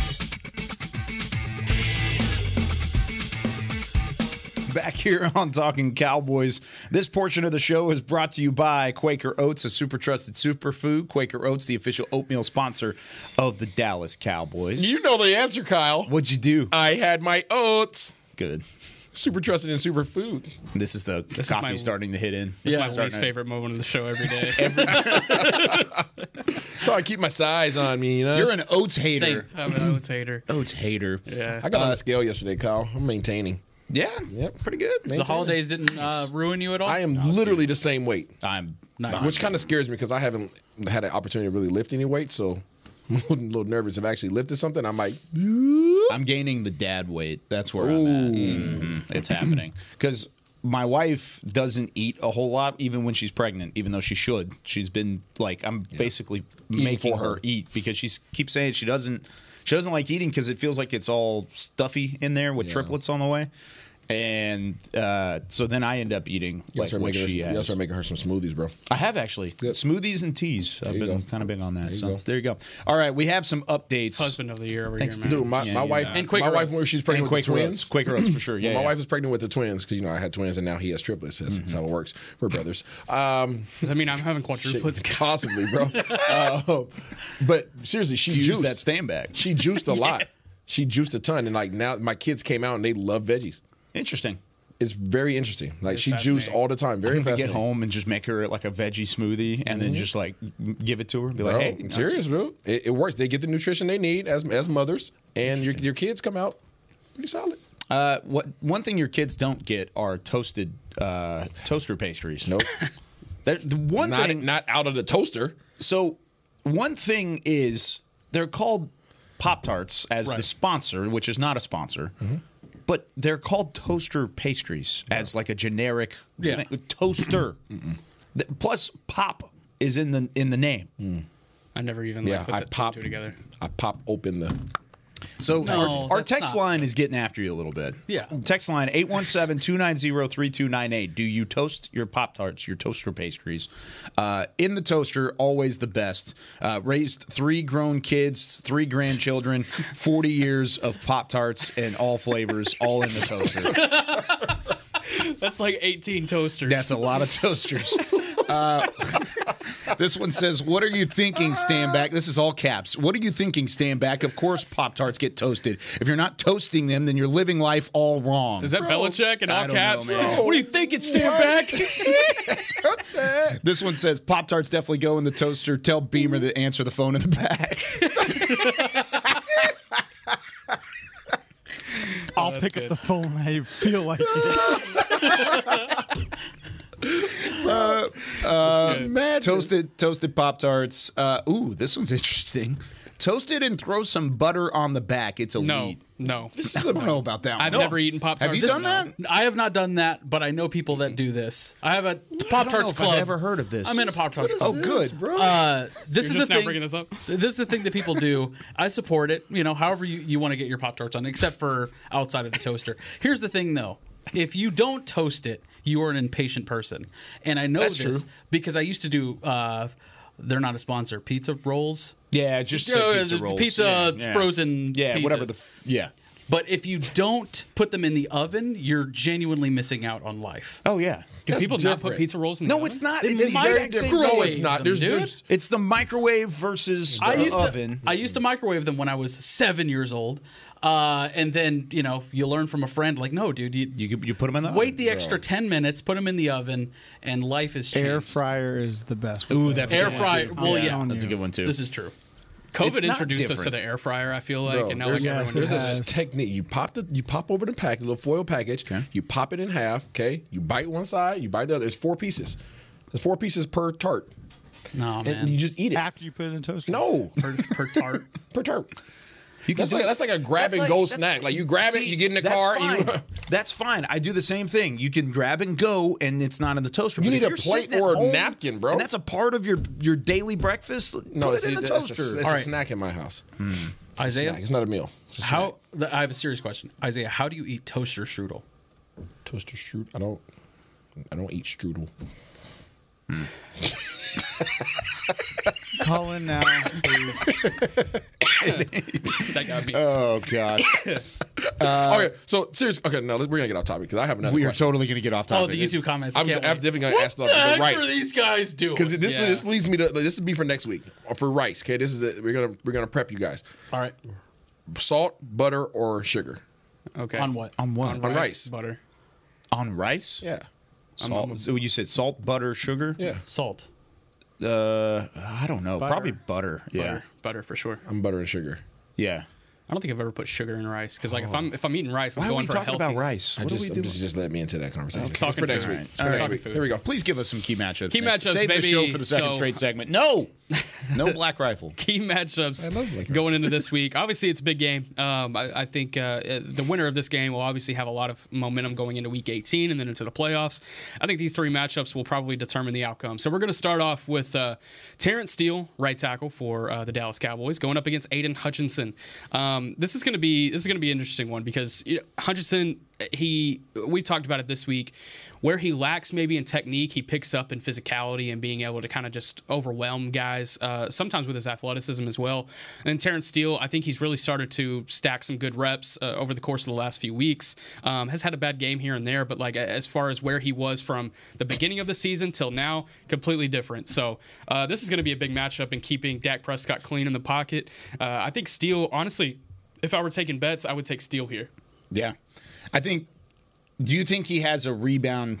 S5: Back here on Talking Cowboys. This portion of the show is brought to you by Quaker Oats, a super trusted superfood. Quaker Oats, the official oatmeal sponsor of the Dallas Cowboys.
S6: You know the answer, Kyle.
S5: What'd you do?
S6: I had my oats.
S5: Good.
S6: Super trusted in super food.
S5: This is the
S8: is
S5: coffee
S8: my-
S5: starting to hit in.
S8: This
S5: Yeah.
S8: is my
S5: Starting
S8: least
S5: to-
S8: favorite moment of the show every day.
S6: So I keep my size on me, you know?
S5: You're an oats hater.
S8: Same. I'm an oats hater.
S5: Oats hater.
S8: Yeah.
S6: I got on the scale yesterday, Kyle. I'm maintaining.
S5: Yeah.
S6: Yep.
S5: Pretty good.
S8: The holidays didn't uh, ruin you at all.
S6: I am literally the same weight,
S5: I'm
S8: nice.
S6: which kind of scares me because I haven't had an opportunity to really lift any weight. So I'm a little nervous. If I actually lifted something, I might.
S5: I'm gaining the dad weight. That's where I'm at. Mhm. It's happening because my wife doesn't eat a whole lot, even when she's pregnant. Even though she should, she's been like I'm basically making
S6: for
S5: her.
S6: her.
S5: eat because she keeps saying she doesn't she doesn't like eating because it feels like it's all stuffy in there with triplets on the way. And uh, so then I end up eating
S6: You gotta
S5: like
S6: start
S5: what
S6: making her-
S5: she
S6: you gotta
S5: has.
S6: start making her some smoothies, bro.
S5: I have actually smoothies and teas. I've
S6: you
S5: been
S6: go.
S5: kind of big on that.
S6: There you
S5: so
S6: go.
S5: there you go. All right, we have some updates.
S8: Husband of the year over
S5: Thanks
S8: here,
S5: to
S8: man.
S5: Dude,
S6: My,
S5: Yeah,
S6: my
S5: yeah.
S6: wife,
S5: And
S6: my
S5: Quaker
S6: wife
S5: Oats.
S6: when she was
S5: And
S6: pregnant with
S5: Quaker
S6: the
S5: Oats.
S6: twins,
S5: Quaker Oats for sure. Yeah,
S6: When my
S5: yeah.
S6: wife was pregnant with the twins because you know I had twins and now he has triplets. That's, that's
S5: Mm-hmm.
S6: how it works. We're brothers. Um,
S8: Does that mean I'm having quadruplets?
S6: Possibly, bro. Uh, but seriously, she
S5: Use
S6: juiced
S5: that stand back.
S6: She juiced a lot. She juiced a ton, and like now my kids came out and they love veggies.
S5: Interesting.
S6: It's very interesting. Like
S5: It's
S6: she juiced
S5: fascinating.
S6: all the time. Very
S5: I'm gonna
S6: fast.
S5: Get home and just make her like a veggie smoothie, and then
S6: Mhm.
S5: just like give it to her. and Be like,
S6: Bro,
S5: hey,
S6: Oh,
S5: uh,
S6: I'm serious, bro. It, it works. They get the nutrition they need as as mothers, and your your kids come out pretty solid.
S5: Uh, what one thing your kids don't get are toasted uh, toaster pastries.
S6: Nope.
S5: that the one
S6: Not-
S5: thing
S6: not out of the toaster.
S5: So one thing is they're called Pop Tarts as the
S6: Right. Mm-hmm.
S5: sponsor, which is not a sponsor. But they're called toaster pastries as like a generic
S6: Yeah.
S5: thing. toaster. Th- Plus, pop is in the in the name.
S8: I never even
S6: Yeah,
S8: like, put
S6: I
S8: the two
S6: pop-
S8: and two together.
S6: I pop open the.
S5: So
S8: No,
S5: our, our
S8: that's
S5: text
S8: not-
S5: line is getting after you a little bit.
S8: Yeah.
S5: Text line 817-290-3298. Do you toast your Pop Tarts, your toaster pastries? Uh, in the toaster, always the best. Uh, raised three grown kids, three grandchildren, 40 years of Pop Tarts and all flavors, all in the toaster.
S8: That's like 18 toasters.
S5: That's a lot of toasters. Uh, this one says, "What are you thinking, stand back?" This is all caps. What are you thinking, stand back? Of course, Pop Tarts get toasted. If you're not toasting them, then you're living life all wrong.
S8: Is that Belichick in all
S5: I don't know,
S8: caps?
S5: man.
S8: what do you think? It's stand back.
S5: This one says, "Pop Tarts definitely go in the toaster." Tell Beamer to answer the phone in the back.
S9: I'll pick up the phone. when I feel like
S5: Uh, uh, toasted toasted Pop Tarts. Uh, ooh, this one's interesting. Toasted and throw some butter on the back. It's elite.
S8: No, no.
S5: This is, I don't know about that.
S8: I've
S5: one.
S8: never eaten Pop Tarts.
S5: Have you done that?
S7: I have not done that, but I know people that do this. I have a Pop
S5: I don't know
S7: Tarts
S5: if I've
S7: club.
S5: ever heard of this.
S7: I'm in a Pop Tarts
S5: What is
S7: club.
S5: this, Oh, good. bro?
S7: Uh, this
S8: You're
S7: is
S8: just
S7: the
S8: now
S7: thing.
S8: bringing this up?
S7: This is the thing that people do. I support it. You know, however you, you want to get your Pop Tarts on, except for outside of the toaster. Here's the thing, though. If you don't toast it, you are an impatient person, and I know
S5: That's
S7: this
S5: true.
S7: because I used to do. Uh, they're not a sponsor. Pizza rolls.
S5: Yeah, just say
S7: Uh,
S5: pizza
S7: the
S5: rolls.
S7: Pizza uh,
S5: Yeah, yeah.
S7: frozen.
S5: Yeah, whatever
S7: pizzas.
S5: the f- yeah.
S7: But if you don't put them in the oven, you're genuinely missing out on life.
S5: Oh yeah.
S7: Do
S8: people not put pizza rolls in the
S5: No,
S8: oven?
S5: it's not.
S7: They
S5: It's, the
S7: microwave
S5: exact same-
S7: them,
S5: No, it's
S7: dude.
S5: not. There's,
S7: Dude.
S5: there's, it's the microwave versus the
S7: I used
S5: oven.
S7: to I used to microwave them when I was seven years old, uh, and then you know you learn from a friend like, no, dude, you
S5: you, you put them in the
S7: wait
S5: oven,
S7: the
S5: bro.
S7: extra ten minutes, put them in the oven, and life is changed.
S9: air fryer is the best.
S5: Ooh, that's a
S7: air
S5: good one,
S7: fryer.
S5: too.
S7: Well, yeah,
S5: that's a good one too.
S7: This is true.
S8: COVID
S7: It's not
S8: introduced us to
S7: different.
S8: the air fryer. I feel like,
S6: Bro,
S8: and now
S6: there's,
S8: like everyone
S6: there's
S8: does
S6: a technique. You pop the you pop over the pack, the little foil package. You pop it in half. Okay, you bite one side, you bite the other. There's four pieces. There's four pieces per tart.
S7: No
S6: And you just eat it.
S9: after you put it in the toaster.
S6: No,
S7: per, per tart.
S6: per tart. that's like that's like a grab and go snack. Like you grab it,
S5: See,
S6: you get in the
S5: that's
S6: car.
S5: Fine.
S6: And you,
S5: that's fine. I do the same thing. You can grab and go, and it's not in the toaster.
S6: You
S5: But
S6: need
S5: if
S6: a
S5: you're
S6: plate
S5: sitting at
S6: or a
S5: home,
S6: napkin, bro.
S5: And that's a part of your your daily breakfast.
S6: no,
S5: put
S6: it's,
S5: it in the
S6: that's a-
S5: toaster.
S6: it's
S7: All
S6: a
S7: right.
S6: snack in my house. It's a
S7: Isaiah?
S6: snack. it's not a meal. It's a snack.
S7: How Oh, the, I have a serious question, Isaiah. How do you eat toaster strudel?
S6: toaster shoot? I don't. I don't eat strudel.
S9: Call in now, please.
S8: that got me.
S5: Oh god.
S6: okay, so seriously, okay, no, we're gonna get off topic because I have another.
S5: we are
S6: question.
S5: totally going to get off
S7: Oh,
S5: topic.
S7: the YouTube comments.
S6: I'm, I'm
S7: Can't wait.
S6: definitely gonna
S7: What
S6: ask
S7: the
S6: about
S7: heck
S6: rice.
S7: are these guys doing?
S6: Because this
S7: Yeah.
S6: this leads me to this would be for next week or for rice. Okay, this is it. We're gonna we're gonna prep you guys.
S7: All right.
S6: Salt, butter, or sugar
S8: Okay.
S7: On what?
S5: on what?
S6: on rice.
S8: Butter.
S5: On rice?
S6: Yeah,
S5: Salt. so you said salt, butter, sugar.
S6: yeah.
S7: Salt.
S5: Uh, I don't know.
S9: Butter.
S5: Probably butter. Yeah.
S8: Butter. Butter for sure.
S6: I'm butter and sugar.
S5: Yeah.
S8: I don't think I've ever put sugar in rice because like if I'm if I'm eating rice, I'm
S5: Oh. Why are
S8: going
S5: we
S8: for
S5: talking
S8: healthy.
S5: about rice?
S6: I
S5: What
S6: just,
S5: are we
S6: I'm
S5: doing?
S6: just just led me into that conversation. It's
S8: Talking
S6: for next
S8: food.
S6: week.
S8: All right.
S6: It's for next
S8: Talking
S6: week.
S8: food.
S6: There we go.
S5: Please give us some key matchups.
S8: Key
S5: man.
S8: matchups,
S5: Save
S8: baby.
S5: the show for the second
S8: So-
S5: straight segment. No, no black rifle.
S8: key matchups going into this week. Obviously, it's a big game. Um, I, I think uh, uh, the winner of this game will obviously have a lot of momentum going into Week 18 and then into the playoffs. I think these three matchups will probably determine the outcome. So we're going to start off with uh, Terrence Steele, right tackle for uh, the Dallas Cowboys, going up against Aiden Hutchinson. Um, this is going to be this is going to be an interesting one because you know, Hutchinson he we talked about it this week where he lacks maybe in technique he picks up in physicality and being able to kind of just overwhelm guys uh, sometimes with his athleticism as well and terrence steele i think he's really started to stack some good reps uh, over the course of the last few weeks um, has had a bad game here and there but like as far as where he was from the beginning of the season till now completely different so uh, this is going to be a big matchup in keeping dak prescott clean in the pocket Uh, i think steele honestly if i were taking bets i would take steele here
S5: Yeah. I think do you think he has a rebound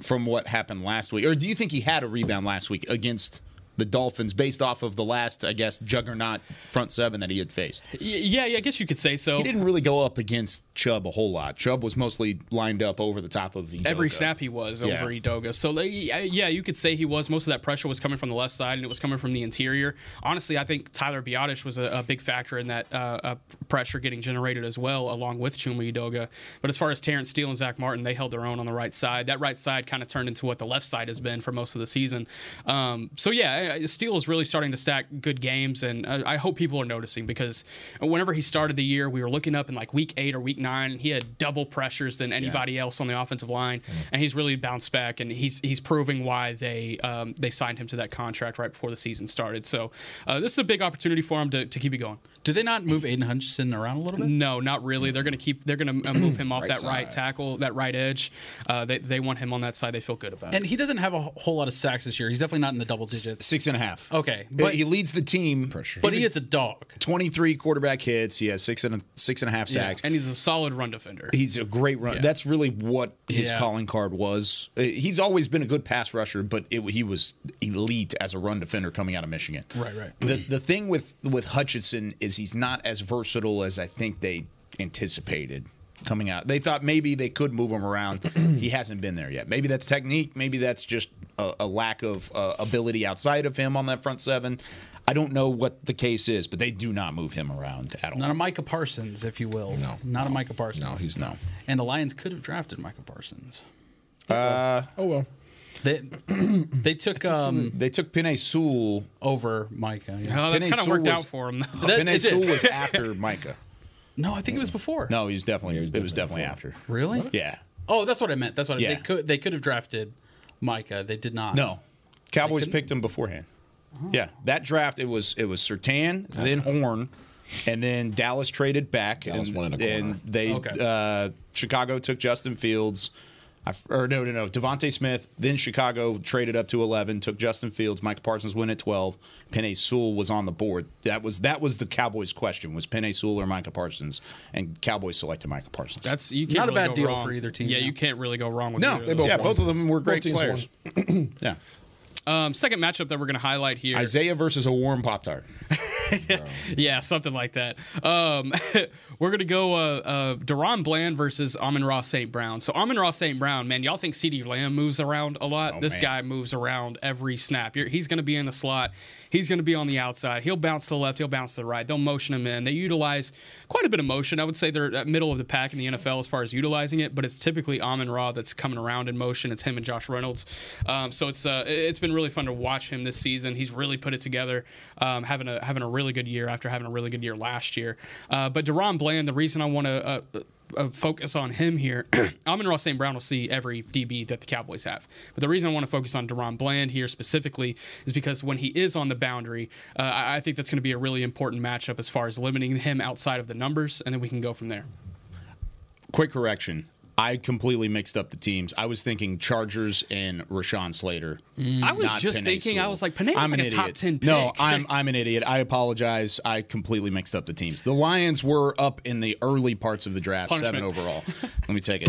S5: from what happened last week? Or do you think he had a rebound last week against the Dolphins based off of the last, I guess, juggernaut front seven that he had faced?
S8: Y- yeah yeah i guess you could say so
S5: He didn't really go up against Chubb a whole lot. Chubb was mostly lined up over the top of the
S8: Every snap he was
S5: Yeah.
S8: over Edoga. So, like, yeah, yeah, you could say he was. Most of that pressure was coming from the left side and it was coming from the interior. Honestly, I think Tyler Biotish was a, a big factor in that uh, uh, pressure getting generated as well, along with Chuma Edoga. But as far as Terrence Steele and Zach Martin, they held their own on the right side. That right side kind of turned into what the left side has been for most of the season. Um, so, yeah, I- I- Steele is really starting to stack good games, and uh, I, I hope people are noticing because whenever he started the year, we were looking up in like week eight or week nine, he had double pressures than anybody else on the offensive line, and he's really bounced back, and he's he's proving why they um, they signed him to that contract right before the season started. So uh, this is a big opportunity for him to, to keep it going.
S7: Do they not move Aiden Hutchinson around a little bit?
S8: No, not really. They're going to keep. They're going to uh, move him off
S7: Right
S8: that right
S7: side.
S8: tackle, that right edge. Uh, they they want him on that side. They feel good about. it.
S7: And he doesn't have a wh- whole lot of sacks this year. He's definitely not in the double digits.
S5: Six and a half.
S7: Okay,
S5: But
S7: but
S5: he leads the team.
S7: But he is a dog.
S5: Twenty-three quarterback hits. He has six and a, six and a half
S7: Yeah,
S5: sacks.
S8: and he's a solid run defender.
S5: He's a great run. That's really what his
S8: Yeah.
S5: calling card was. Uh, He's always been a good pass rusher, but it, he was elite as a run defender coming out of Michigan.
S7: Right, right.
S5: The the thing with with Hutchinson is he's not as versatile as I think they anticipated coming out. They thought maybe they could move him around. he hasn't been there yet. Maybe that's technique. Maybe that's just a, a lack of uh, ability outside of him on that front seven. I don't know what the case is, but they do not move him around at all.
S7: Not a Micah Parsons, if you will. No. Not a Micah Parsons. No, he's
S5: no.
S7: And the Lions could have drafted Micah Parsons.
S5: Uh, oh well.
S7: They they took um
S5: they took Pinay Sewell
S7: over Micah.
S8: Oh, that's kinda worked out for him, though. That-
S5: Pinay
S8: it did.
S5: Sewell was after Micah.
S7: No, I think it was before.
S5: No, he was definitely it was definitely after.
S7: Really?
S5: Yeah.
S7: Oh, that's what I meant. That's what I
S5: Yeah.
S7: They could they could have drafted Micah. They did not.
S5: No, Cowboys picked him beforehand. Yeah, that draft it was it was Sertan, then Horn, and then Dallas traded back. and, and they
S7: Okay.
S5: uh, Chicago took Justin Fields. I f or no, no, no. Devontae Smith. Then Chicago traded up to eleven, took Justin Fields. Mike Parsons went at twelve. Penny Sewell was on the board. That was that was the Cowboys' question: was Penny Sewell or Micah Parsons? And Cowboys selected Micah Parsons.
S8: That's you can't
S5: Not a
S8: really
S5: bad
S8: go
S5: deal
S8: wrong.
S5: for either team,
S8: Yeah,
S5: yeah.
S8: you can't really go wrong with
S5: No,
S8: Either
S5: they
S8: those
S5: both yeah,
S8: ones.
S5: both of them were great players. yeah.
S8: Um, second matchup that we're going to highlight here.
S5: Isaiah versus a warm Pop Tart.
S8: yeah, something like that. Um, we're going to go uh, uh, Deron Bland versus Amon Ross St. Brown. So, Amon Ross St. Brown, man, y'all think CeeDee Lamb moves around a lot? this
S7: man.
S8: guy moves around every snap. You're, he's going to be in the slot, he's going to be on the outside. He'll bounce to the left, he'll bounce to the right. They'll motion him in. They utilize quite a bit of motion. I would say they're at middle of the pack in the NFL as far as utilizing it, but it's typically Amon Ra that's coming around in motion. It's him and Josh Reynolds. Um, so it's uh, it's been really fun to watch him this season. He's really put it together, um, having a having a really good year after having a really good year last year. Uh, but Deron Bland, the reason I want to uh, uh, focus on him here, Amon Ross St. Brown will see every DB that the Cowboys have. But the reason I want to focus on Deron Bland here specifically is because when he is on the boundary, uh, I, I think that's going to be a really important matchup as far as limiting him outside of the numbers, and then we can go from there.
S5: Quick correction. I completely mixed up the teams. I was thinking Chargers and Rashawn Slater.
S8: Mm. I was
S5: not
S8: just thinking, I
S5: Sewell.
S8: was like, Penae's
S5: I'm
S8: like
S5: an
S8: a top
S5: idiot.
S8: 10
S5: No,
S8: pick.
S5: I'm I'm an idiot. I apologize. I completely mixed up the teams. The Lions were up in the early parts of the draft, seven
S8: Punishment.
S5: overall. Let me take it.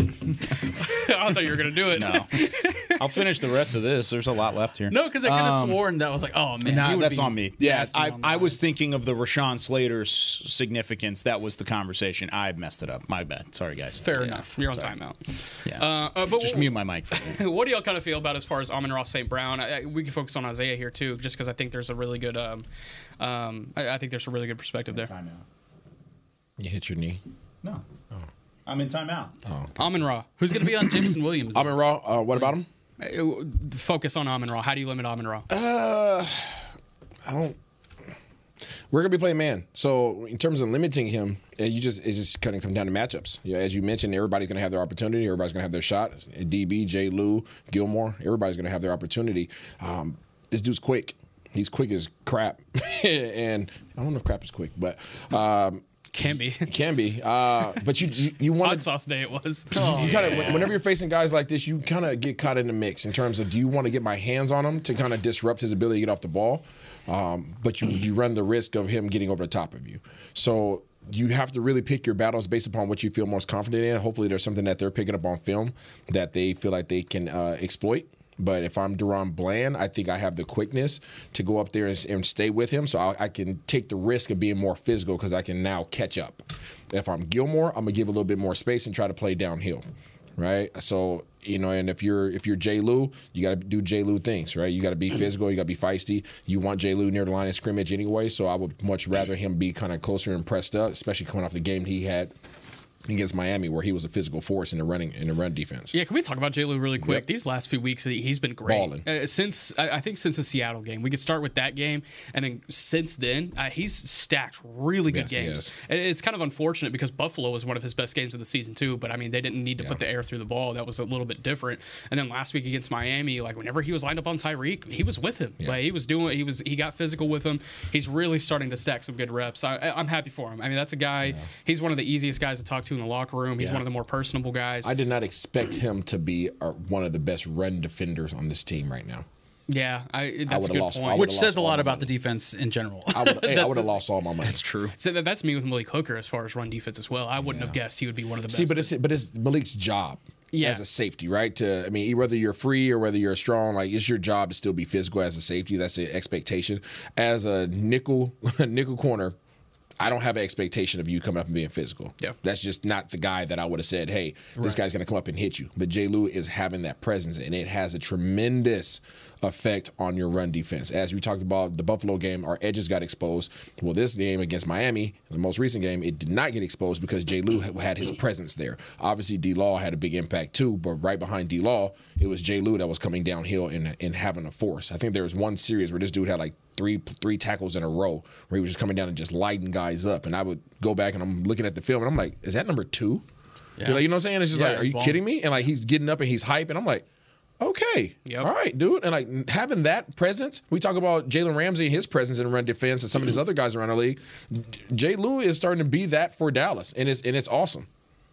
S8: I thought you were going to do it.
S5: No. I'll finish the rest of this. There's a lot left here.
S7: No, because I could have
S5: Um,
S7: sworn that I was like, oh man,
S5: nah,
S7: he would
S5: that's
S7: be
S5: on me. Yeah,
S7: nasty
S5: I,
S7: on
S5: I was thinking of the Rashawn Slater's significance. That was the conversation. I messed it up. My bad. Sorry, guys.
S8: Fair enough. You're on timeout. Uh, uh, but
S5: Just mute my mic for a minute.
S8: what do y'all kind of feel about as far as Amon Ross St. Brown? I, I- we can focus on Isaiah here too, just because I think there's a really good, um, um, I, I think there's a really good perspective there.
S6: You hit your knee.
S5: No. I'm in timeout.
S6: Oh.
S8: Amon Ra, who's going to be on Jameson Williams?
S6: Amon Ra, uh, what about him?
S8: Focus on Amon Ra. How do you limit Amon Ra?
S6: Uh, I don't. We're gonna be playing man. So in terms of limiting him, uh, you just it's just kind of come down to matchups. Yeah, as you mentioned, everybody's gonna have their opportunity. Everybody's gonna have their shot. DB, J. Lou, Gilmore. Everybody's gonna have their opportunity. Um, this dude's quick. He's quick as crap, and I don't know if crap is quick, but. Um,
S8: can be,
S6: can be, uh, but you you, you want
S8: hot sauce day it was.
S6: you kind of whenever you're facing guys like this, you kind of get caught in the mix in terms of do you want to get my hands on him to kind of disrupt his ability to get off the ball, um, but you you run the risk of him getting over the top of you. So you have to really pick your battles based upon what you feel most confident in. Hopefully, there's something that they're picking up on film that they feel like they can uh, exploit. But if I'm Deron Bland, I think I have the quickness to go up there and, and stay with him, so I, I can take the risk of being more physical because I can now catch up. If I'm Gilmore, I'm gonna give a little bit more space and try to play downhill, right? So you know, and if you're if you're Jay Lou, you got to do Jay Lou things, right? You got to be physical, you got to be feisty. You want Jay Lou near the line of scrimmage anyway, so I would much rather him be kind of closer and pressed up, especially coming off the game he had against Miami where he was a physical force in the running in the run defense.
S8: Yeah, can we talk about Jalen really quick? These last few weeks, he- he's been great.
S6: Ballin'.
S8: Uh, since I, I think since the Seattle game, we could start with that game, and then since then, uh, he's stacked really good
S6: Yes, he
S8: games.
S6: has.
S8: And it's kind of unfortunate because Buffalo was one of his best games of the season too. But I mean, they didn't need to put the air through the ball. That was a little bit different. And then last week against Miami, like whenever he was lined up on Tyreek, he was with him. Like he was doing. He was he got physical with him. He's really starting to stack some good reps. I, I'm happy for him. I mean, that's a guy. He's one of the easiest guys to talk to in the locker room. He's
S6: Yeah.
S8: one of the more personable guys.
S6: I did not expect him to be uh one of the best run defenders on this team right now.
S8: Yeah, I, that's a
S6: would've
S8: good
S6: lost- I
S8: point.
S6: would've Which says lost a lot all my
S8: about the defense in general.
S6: I would hey, I would have lost all my money. That's
S7: true.
S8: So that, that's me with Malik Hooker as far as run defense as well. I wouldn't have guessed he would be one of the best.
S6: See, but it's but it's Malik's job
S8: Yeah.
S6: as a safety, right? To I mean, e, whether you're free or whether you're strong, like it's your job to still be physical as a safety. That's the expectation. As a nickel nickel corner, I don't have an expectation of you coming up and being physical.
S8: Yeah.
S6: That's just not the guy that I would have said, hey, this guy's gonna come up and hit you. But Jay Lou is having that presence and it has a tremendous effect on your run defense. As we talked about the Buffalo game, our edges got exposed. Well, this game against Miami, the most recent game, it did not get exposed because Jay Lou had his presence there. Obviously, D Law had a big impact too, but right behind D Law, it was Jay Lou that was coming downhill and, and having a force. I think there was one series where this dude had like three three tackles in a row where he was just coming down and just lighting guys up. And I would go back and I'm looking at the film and I'm like, is that number two?
S8: Yeah.
S6: You're like, you know what I'm saying? It's just
S8: Yeah,
S6: like, are
S8: it's
S6: you
S8: ballin'.
S6: kidding me? And like he's getting up and he's hype, and I'm like, okay, all right, dude. And like having that presence, we talk about Jalen Ramsey and his presence in run defense and some
S8: Mm-hmm.
S6: of these other guys around the league. Jay Lou is starting to be that for Dallas, and it's and it's awesome.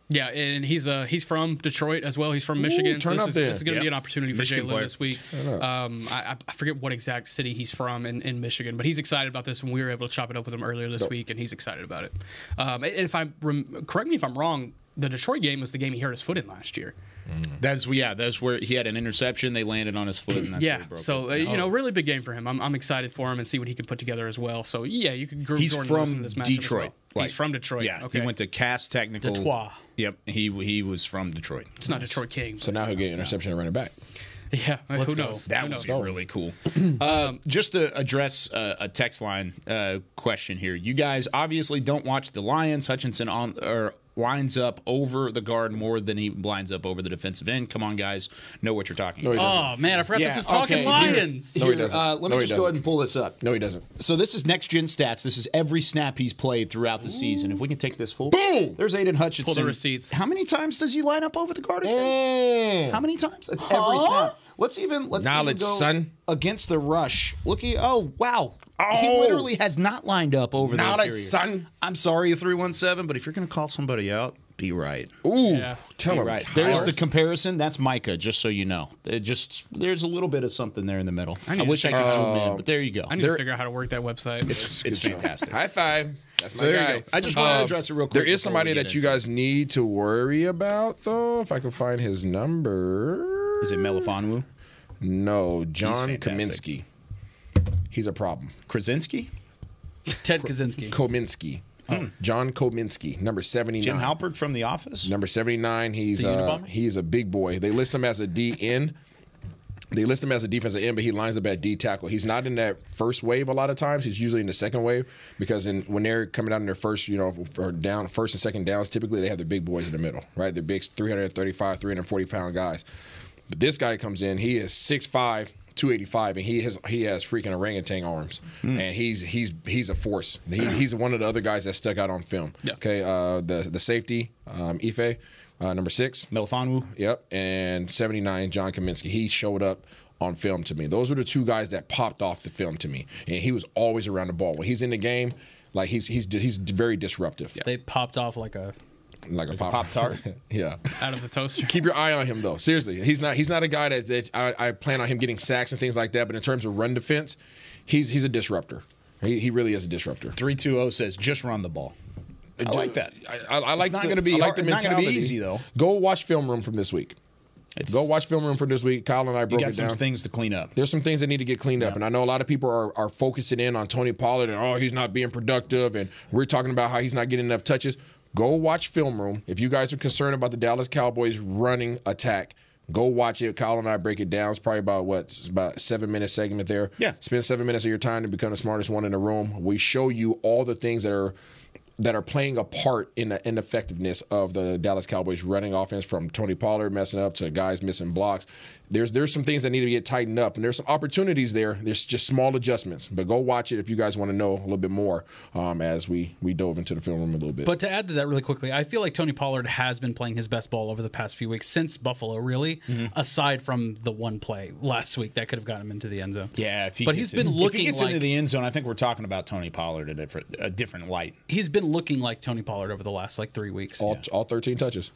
S8: yeah, and he's uh he's from Detroit as well. He's from
S6: Ooh,
S8: Michigan. so
S6: turn
S8: this
S6: up
S8: is,
S6: there.
S8: this is going to be
S6: Yep.
S8: an opportunity for Jay
S6: Michigan
S8: Lou
S6: player.
S8: this week.
S6: Turn up.
S8: Um, I, I forget what exact city he's from in, in Michigan, but he's excited about this, and we were able to chop it up with him earlier this
S6: Dope.
S8: week, and he's excited about it. Um, and if I'm rem- correct me if I'm wrong, the Detroit game was the game he hurt his foot in last year.
S5: That's yeah. That's where he had an interception. They landed on his foot, and that's where he
S8: yeah,
S5: broke
S8: so uh,
S5: it. Oh.
S8: you know, really big game for him. I'm, I'm excited for him and see what he can put together as well. So yeah, you could group
S5: he's
S8: Jordan Lewis
S5: from
S8: in this matchup as
S5: Detroit.
S8: well. He's from Detroit.
S5: Yeah,
S8: okay.
S5: he went to Cass Technical.
S8: Detroit.
S5: Yep, he he was from Detroit.
S8: It's not Detroit King.
S6: So now he'll get interception and running back.
S8: Yeah,
S5: Let's
S8: who
S5: go.
S8: knows?
S5: That
S8: Who
S5: was
S8: knows?
S5: really cool. Uh, just to address uh, a text line uh, question here, you guys obviously don't watch the Lions. Hutchinson on or lines up over the guard more than he lines up over the defensive end. Come on, guys, know what you're talking
S7: No, he
S5: about.
S7: doesn't. Oh, man, I forgot this is Talking
S5: here-
S7: Lions.
S5: here,
S7: No, he doesn't.
S5: uh, let
S7: No,
S5: me
S7: he
S5: just go ahead
S7: doesn't.
S5: and pull this up.
S6: No, he doesn't.
S5: So this is next gen stats. This is every snap he's played throughout the season. If we can take this full, boom. There's Aiden Hutchinson.
S8: Pull the receipts.
S5: How many times does he line up over the guard? again? How many times? That's every
S13: Huh?
S5: snap. Let's even let's even
S13: Knowledge,
S5: go
S13: son.
S5: against the rush. Look at oh wow. He literally has not lined up over the
S13: Knowledge,
S5: interior.
S13: son.
S5: I'm sorry, 317, but if you're going to call somebody out, be right.
S6: Ooh,
S5: Tell
S13: him,
S5: right. There's the
S13: Kyle.
S5: comparison. That's Micah, just so you know. It just there's a little bit of something there in the middle.
S8: I
S5: I,
S8: need to
S5: wish I
S8: check
S5: could
S8: it
S5: zoom
S8: out.
S5: in, but there you go.
S8: I need
S5: There-
S8: to figure out how to work that website.
S5: It's- it's fantastic.
S6: High five. That's
S8: So
S6: my
S8: there you
S6: guy. Um,
S8: go. I just wanted to address it real quick
S6: There is
S8: before
S6: somebody
S8: we get
S6: that you
S8: into
S6: guys need to worry about, though. If I could find his number,
S5: is it Melifonwu?
S6: No, John
S5: fantastic.
S6: Kaminsky. He's a problem.
S5: Krasinski?
S8: Ted Kaczynski.
S6: Kominsky. John Kominsky, number seventy-nine.
S5: Hmm. Jim Halpert from The Office,
S6: number seventy-nine. He's
S5: The
S6: uh,
S5: Unabomber?
S6: he's a big boy. They list him as a DN. They list him as a defensive end, but he lines up at D tackle. He's not in that first wave a lot of times. He's usually in the second wave because in, when they're coming out in their first, you know, or down first and second downs, typically they have their big boys in the middle, right? Their big 335, 340 pound guys. But this guy comes in. He is 6'5", 240 285, and he has he has freaking orangutan arms,
S14: Mm.
S6: and he's he's he's a force. He, he's one of the other guys that stuck out on film. Okay, uh, the the safety um, Ife, uh, number six Melifonwu. Yep, and 79 John Kaminsky. He showed up. On film to me, those were the two guys that popped off the film to me, and he was always around the ball. When he's in the game, like he's he's he's very disruptive.
S7: They popped off like a
S6: like, a pop
S7: Pop-Tart?
S6: yeah.
S7: out of the toaster.
S6: Keep your eye on him though. Seriously, he's not he's not a guy that, that I, I plan on him getting sacks and things like that. But in terms of run defense, he's he's a disruptor. He, he really is a disruptor.
S15: Three two zero says just run the ball. I like that.
S6: I, I like
S15: It's not
S6: the-
S15: going to be
S6: I like
S15: hard-
S6: the
S15: it's not gonna be
S6: mentality.
S15: easy though.
S6: Go watch film room from this week. Go watch film room from this week. Kyle and I broke
S15: got
S6: it
S15: some
S6: down.
S15: things to clean up.
S6: There's some things that need to get cleaned up, and I know a lot of people are, are focusing in on Tony Pollard and oh he's not being productive, and we're talking about how he's not getting enough touches. Go watch film room if you guys are concerned about the Dallas Cowboys running attack. Go watch it. Kyle and I break it down. It's probably about what it's about a seven minute segment there. Yeah, spend seven minutes of your time to become the smartest one in the room. We show you all the things that are that are playing a part in the ineffectiveness of the Dallas Cowboys running offense from Tony Pollard messing up to guys missing blocks. There's there's some things that need to get tightened up and there's some opportunities there. There's just small adjustments, but go watch it if you guys want to know a little bit more um, as we we dove into the film room a little bit.
S7: But to add to that really quickly, I feel like Tony Pollard has been playing his best ball over the past few weeks since Buffalo, really,
S5: Mm-hmm.
S7: aside from the one play last week that could have gotten him into the end zone.
S15: Yeah, if he
S7: but
S15: gets
S7: he's been
S15: in- if
S7: looking
S15: he gets
S7: like
S15: into the end zone, I think we're talking about Tony Pollard in a different, a different light.
S7: he's been looking like Tony Pollard over the last like three weeks.
S6: All, all 13 touches.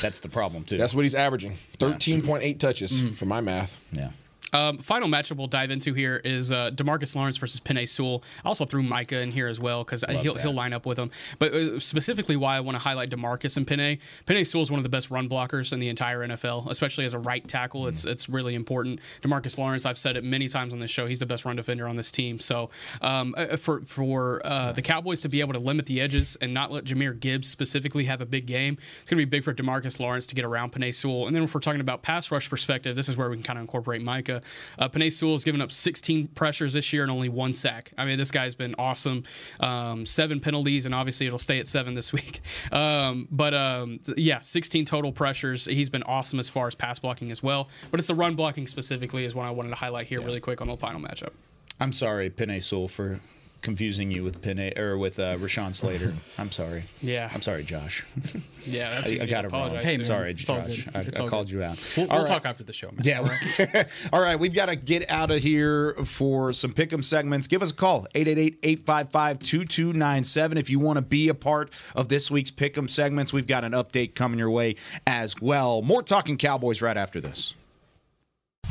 S15: That's the problem too.
S6: That's what he's averaging. 13.8 touches
S7: Mm.
S6: for my math.
S15: Yeah.
S8: Um, final matchup we'll dive into here is uh, Demarcus Lawrence versus Penay Sewell. I also threw Micah in here as well because
S7: Love
S8: he'll,
S7: that.
S8: he'll line up with him. But uh, specifically, why I want to highlight Demarcus and Penay. Penay Sewell is one of the best run blockers in the entire NFL, especially as a right tackle. It's it's really important. Demarcus Lawrence, I've said it many times on this show, he's the best run defender on this team. So um, uh, for for uh, the Cowboys to be able to limit the edges and not let Jameer Gibbs specifically have a big game, it's going to be big for Demarcus Lawrence to get around Panay Sewell. And then if we're talking about pass rush perspective, this is where we can kind of incorporate Micah. Uh, Panay Sewell has given up 16 pressures this year and only one sack. I mean, this guy's been awesome. Um, seven penalties, and obviously it'll stay at seven this week. Um, but um, th- yeah, 16 total pressures. He's been awesome as far as pass blocking as well. But it's the run blocking specifically is one I wanted to highlight here really quick on the final matchup.
S15: I'm sorry, Pinay Sewell, for confusing you with Pinay or with uh, Rashawn Slater. I'm sorry.
S8: Yeah.
S15: I'm sorry, Josh.
S8: Yeah, that's
S15: I,
S8: what
S15: I
S8: you
S15: got it wrong.
S8: apologize Hey, man,
S15: sorry,
S8: it's all
S15: Josh.
S8: good.
S15: I,
S8: It's
S15: I
S8: all
S15: called
S8: good.
S15: you out.
S8: We'll,
S15: All
S8: we'll
S15: right.
S8: talk after the show, man.
S15: Yeah,
S9: All right, we've got to get out of here for some pick'em segments. Give us a call 888-855-2297 if you want to be a part of this week's pick'em segments. We've got an update coming your way as well. More talking Cowboys right after this.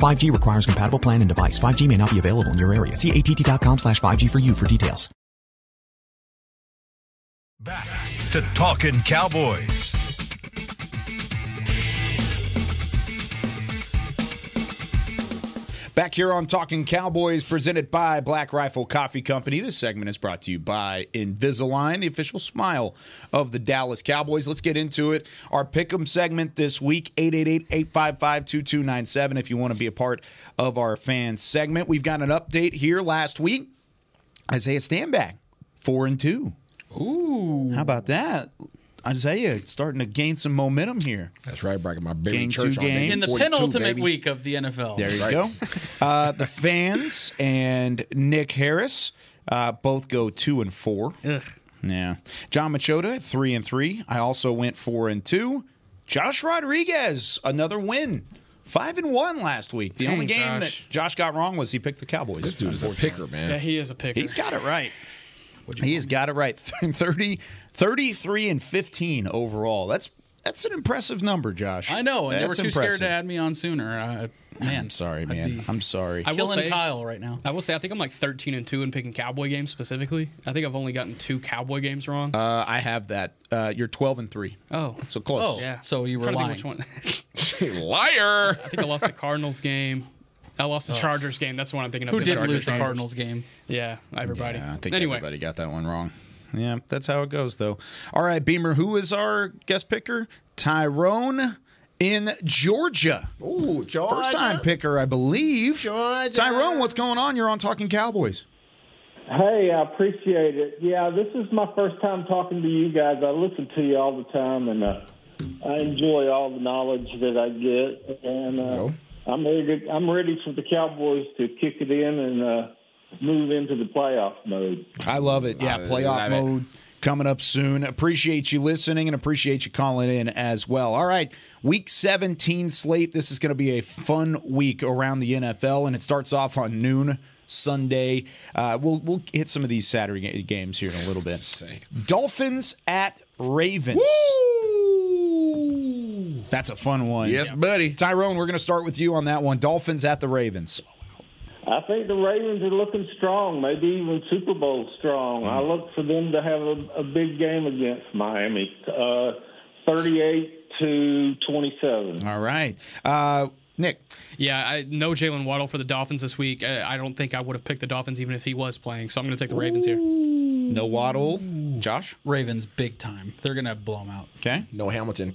S16: 5G requires compatible plan and device. 5G may not be available in your area. See att.com slash 5G for you for details.
S1: Back to Talking Cowboys.
S5: Back here on Talking Cowboys, presented by Black Rifle Coffee Company. This segment is brought to you by Invisalign, the official smile of the Dallas Cowboys. Let's get into it. Our pick'em segment this week, 888-855-2297 if you want to be a part of our fan segment. We've got an update here last week. Isaiah Standback, four and two.
S7: Ooh.
S5: How about that? Isaiah starting to gain some momentum here.
S6: That's right, bragging my baby
S5: Barry Gain two
S6: church on
S5: games.
S6: baby
S7: in the
S6: 42,
S7: penultimate
S6: baby.
S7: week of the NFL.
S5: There you go. Uh, the fans and Nick Harris uh, both go two and four. Yeah. John Machota three and three. I also went four and two. Josh Rodriguez another win. Five and one last week. The
S8: Dang,
S5: only game
S8: Josh.
S5: that Josh got wrong was he picked the Cowboys. This
S6: dude is a picker, man.
S8: Yeah, he is a picker.
S5: He's got it right. He has got it right. 30, 33 and 15 overall. That's that's an impressive number, Josh.
S7: I know, and they were
S5: That's
S7: too
S5: impressive.
S7: scared to add me on sooner. I, man,
S5: I'm sorry, man. I'm sorry.
S7: I Killing Kyle right now.
S8: I will say I think I'm like 13 and two in picking Cowboy games specifically. I think I've only gotten two Cowboy games wrong.
S5: Uh, I have that. Uh, you're 12 and 3.
S8: Oh.
S5: So close.
S8: Oh, yeah.
S7: So you
S8: I'm
S7: were
S8: trying to
S7: lying.
S8: think which one.
S6: Liar.
S8: I think I lost the Cardinals game. I lost the Chargers game. That's the one I'm thinking of.
S7: Oh. Who
S8: The
S7: did
S8: Chargers
S7: lose the
S8: game.
S7: Cardinals game?
S8: Yeah, everybody.
S5: Yeah, I think
S8: anyway,
S5: everybody got that one wrong. Yeah, that's how it goes, though. All right, Beamer, who is our guest picker? Tyrone in Georgia.
S17: Ooh, Georgia.
S5: First time picker, I believe.
S17: Georgia.
S5: Tyrone, what's going on? You're on Talking Cowboys.
S18: Hey, I appreciate it. Yeah, this is my first time talking to you guys. I listen to you all the time, and uh, I enjoy all the knowledge that I get. And uh, I'm ready. To, I'm ready for the Cowboys to kick it in and uh, move into the playoff mode.
S5: I love it.
S18: I
S5: Yeah, playoff
S18: love it.
S5: mode coming up soon. Appreciate you listening and appreciate you calling in as well. All right, week 17 slate. This is going to be a fun week around the NFL, and it starts off on noon. Sunday, uh, we'll we'll hit some of these Saturday ga- games here in a little bit. Dolphins at Ravens. That's a fun one.
S6: Yes,
S5: buddy. Tyrone, we're going to start with you on that one. Dolphins at the Ravens.
S18: I think the Ravens are looking strong, maybe even Super Bowl strong. I look for them to have a, a big game against Miami, uh, 38 to 27.
S5: All right. Uh, Nick.
S8: Yeah, I no Jalen Waddle for the Dolphins this week. Uh, I, I don't think I would have picked the Dolphins even if he was playing. So I'm going to take the Ravens here.
S5: No Waddle. Josh?
S7: Ravens big time. They're going to blow them out.
S5: Okay.
S6: No Hamilton.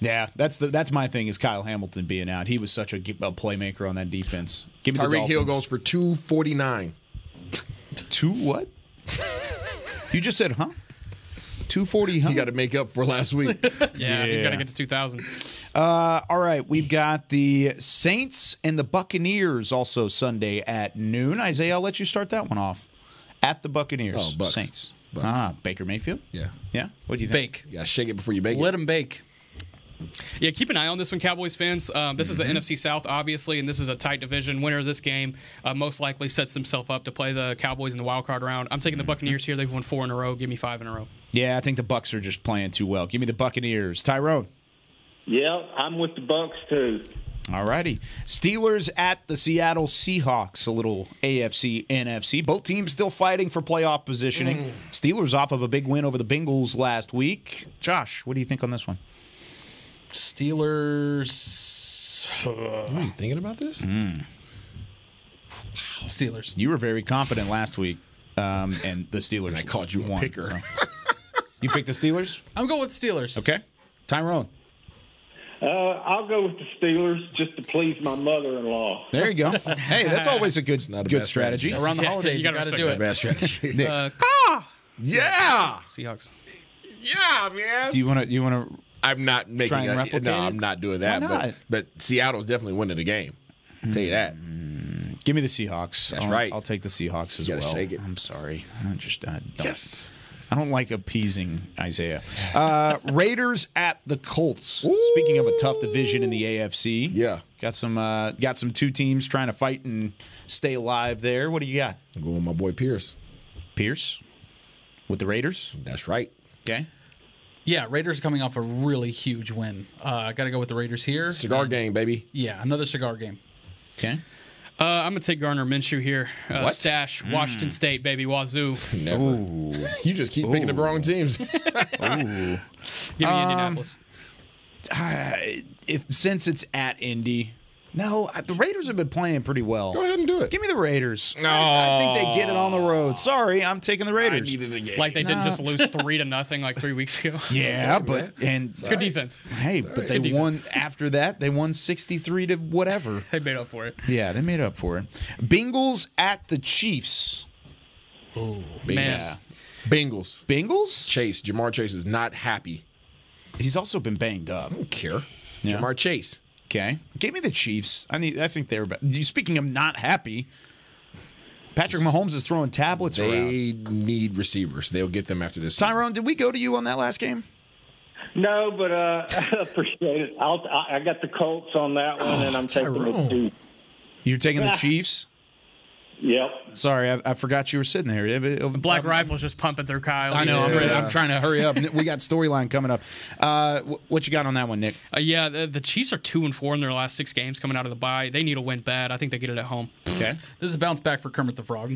S5: Yeah, that's the that's my thing is Kyle Hamilton being out. He was such a, g- a playmaker on that defense. Give me the
S6: Tyreek Hill goes
S5: Dolphins.
S6: for 249.
S5: Two what? you just said, huh? 240, huh?
S6: You got to make up for last week.
S8: Yeah, he's got to get to 2,000.
S5: Uh, all right, we've got the Saints and the Buccaneers also Sunday at noon. Isaiah, I'll let you start that one off. At the Buccaneers,
S6: Oh, Bucks.
S5: Saints. Ah, Baker Mayfield.
S6: Yeah.
S5: yeah. What do you think?
S6: You got to shake it before you bake it.
S7: Let them bake.
S8: Yeah, keep an eye on this one, Cowboys fans. Um, this
S7: Mm-hmm.
S8: is the NFC South, obviously, and this is a tight division. Winner of this game uh, most likely sets themselves up to play the Cowboys in the wild card round. I'm taking
S7: Mm-hmm.
S8: the Buccaneers here. They've won four in a row. Give me five in a row.
S5: Yeah, I think the Bucks are just playing too well. Give me the Buccaneers, Tyrone.
S18: Yeah, I'm with the Bucks too.
S5: All righty. Steelers at the Seattle Seahawks, a little AFC, NFC. Both teams still fighting for playoff positioning.
S6: Mm.
S5: Steelers off of a big win over the Bengals last week. Josh, what do you think on this one?
S7: Steelers.
S6: Are you Hmm, thinking about this?
S7: Steelers.
S5: You were very confident last week, um, and the Steelers. I called you
S6: a
S5: won,
S6: picker.
S5: you picked the Steelers?
S7: I'm going with Steelers.
S5: Okay. Tyrone.
S18: Uh, I'll go with the Steelers just to please my mother-in-law.
S5: There you go. Hey, that's always a good
S6: a
S5: good
S6: bad
S5: strategy.
S6: strategy. Around the Yeah, holidays, you gotta you gotta respect do that. it. Bad strategy.
S5: Nick,
S7: Uh,
S6: Yeah.
S8: Seahawks.
S6: Yeah, man.
S5: do you want to? You want to?
S6: I'm not making
S5: and
S6: that.
S5: replicate
S6: No,
S5: it?
S6: I'm not doing that.
S5: Why not?
S6: But, but Seattle's definitely winning the game. Tell you that.
S5: Give me the Seahawks.
S6: That's
S5: I'll-
S6: right.
S5: I'll take the Seahawks as
S6: You gotta
S5: well.
S6: shake it.
S5: I'm sorry. I just I don't, yes. I don't like appeasing Isaiah. Uh, Raiders at the Colts. Speaking of a tough division in the AFC, yeah, got some uh, got some two teams trying to fight and stay alive there. What do you got?
S6: I'm going with my boy Pierce.
S5: Pierce with the Raiders.
S6: That's right.
S5: Okay.
S7: Yeah, Raiders are coming off a really huge
S6: Mm-hmm.
S7: win. Uh, got to go with the Raiders here.
S6: Cigar game, baby.
S7: Yeah, another cigar game.
S5: Okay.
S8: Uh, I'm gonna take Garner Minshew here. Uh,
S6: What?
S8: Stash
S6: Mm.
S8: Washington State, baby Wazoo.
S6: Never. You just keep picking the wrong teams. Ooh.
S8: Give me
S7: Um,
S8: Indianapolis.
S6: Uh,
S5: I- if since it's at Indy. No, I- the Raiders have been playing pretty well. Go
S6: ahead and do it.
S5: Give me the Raiders. No, I, I think they get it on the road. Sorry, I'm taking the Raiders.
S8: Like they didn't
S5: Nah.
S8: just lose three to nothing like three weeks ago.
S5: Yeah, but and
S8: it's good defense.
S5: Hey, but they
S8: Good defense.
S5: won after that. They won 63 to whatever.
S8: They made up for it.
S5: Yeah, they made up for it. Bengals at the Chiefs.
S6: Oh,
S8: man.
S6: Bengals.
S5: Bengals?
S6: Chase. Jamar Chase is not happy.
S5: He's also been banged up. I
S6: don't care.
S5: Yeah.
S6: Jamar Chase.
S5: Okay, give me the Chiefs. I need. I think they're. be- You speaking of not happy, Patrick Mahomes is throwing tablets around.
S6: They need receivers. They'll get them after this.
S5: Tyrone, did we go to you on that last game?
S18: No, but uh, I appreciate it. I'll, I I got the Colts on that one, and I'm taking
S5: Tyrone.
S18: the Chiefs.
S5: You're taking the Chiefs.
S18: Yep.
S5: Sorry, I, I forgot you were sitting there. Yeah, but- oh,
S8: Black
S5: I'm-
S8: Rifle's just pumping through Kyle.
S5: I know. I'm, ready. I'm trying to hurry up. we got storyline coming up. Uh, wh- what you got on that one, Nick?
S8: Uh, yeah, the, the Chiefs are two and four in their last six games coming out of the bye. They need a win bad. I think they get it at home.
S5: Okay.
S7: This is a bounce back for Kermit the Frog.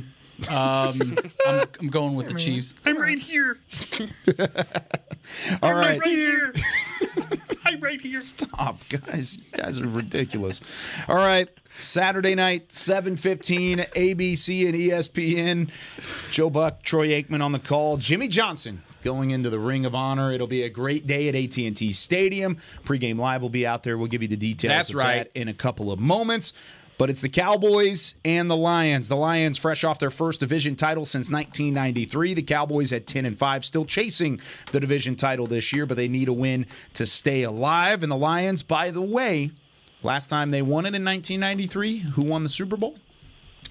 S7: Um, I'm, I'm going with the Chiefs.
S8: I'm right here.
S5: All right.
S8: here. I'm right here.
S5: Stop, guys. You guys are ridiculous. All right. Saturday night, 7:15, ABC and E ESPN. Joe Buck, Troy Aikman on the call. Jimmy Johnson going into the Ring of Honor. It'll be a great day at AT&T Stadium. Pre-game live will be out there. We'll give you the details
S6: That's
S5: of
S6: right.
S5: that in a couple of moments. But it's the Cowboys and the Lions. The Lions fresh off their first division title since 1993. The Cowboys at 10 and 5 still chasing the division title this year, but they need a win to stay alive. And the Lions, by the way, last time they won it in 1993, who won the Super Bowl?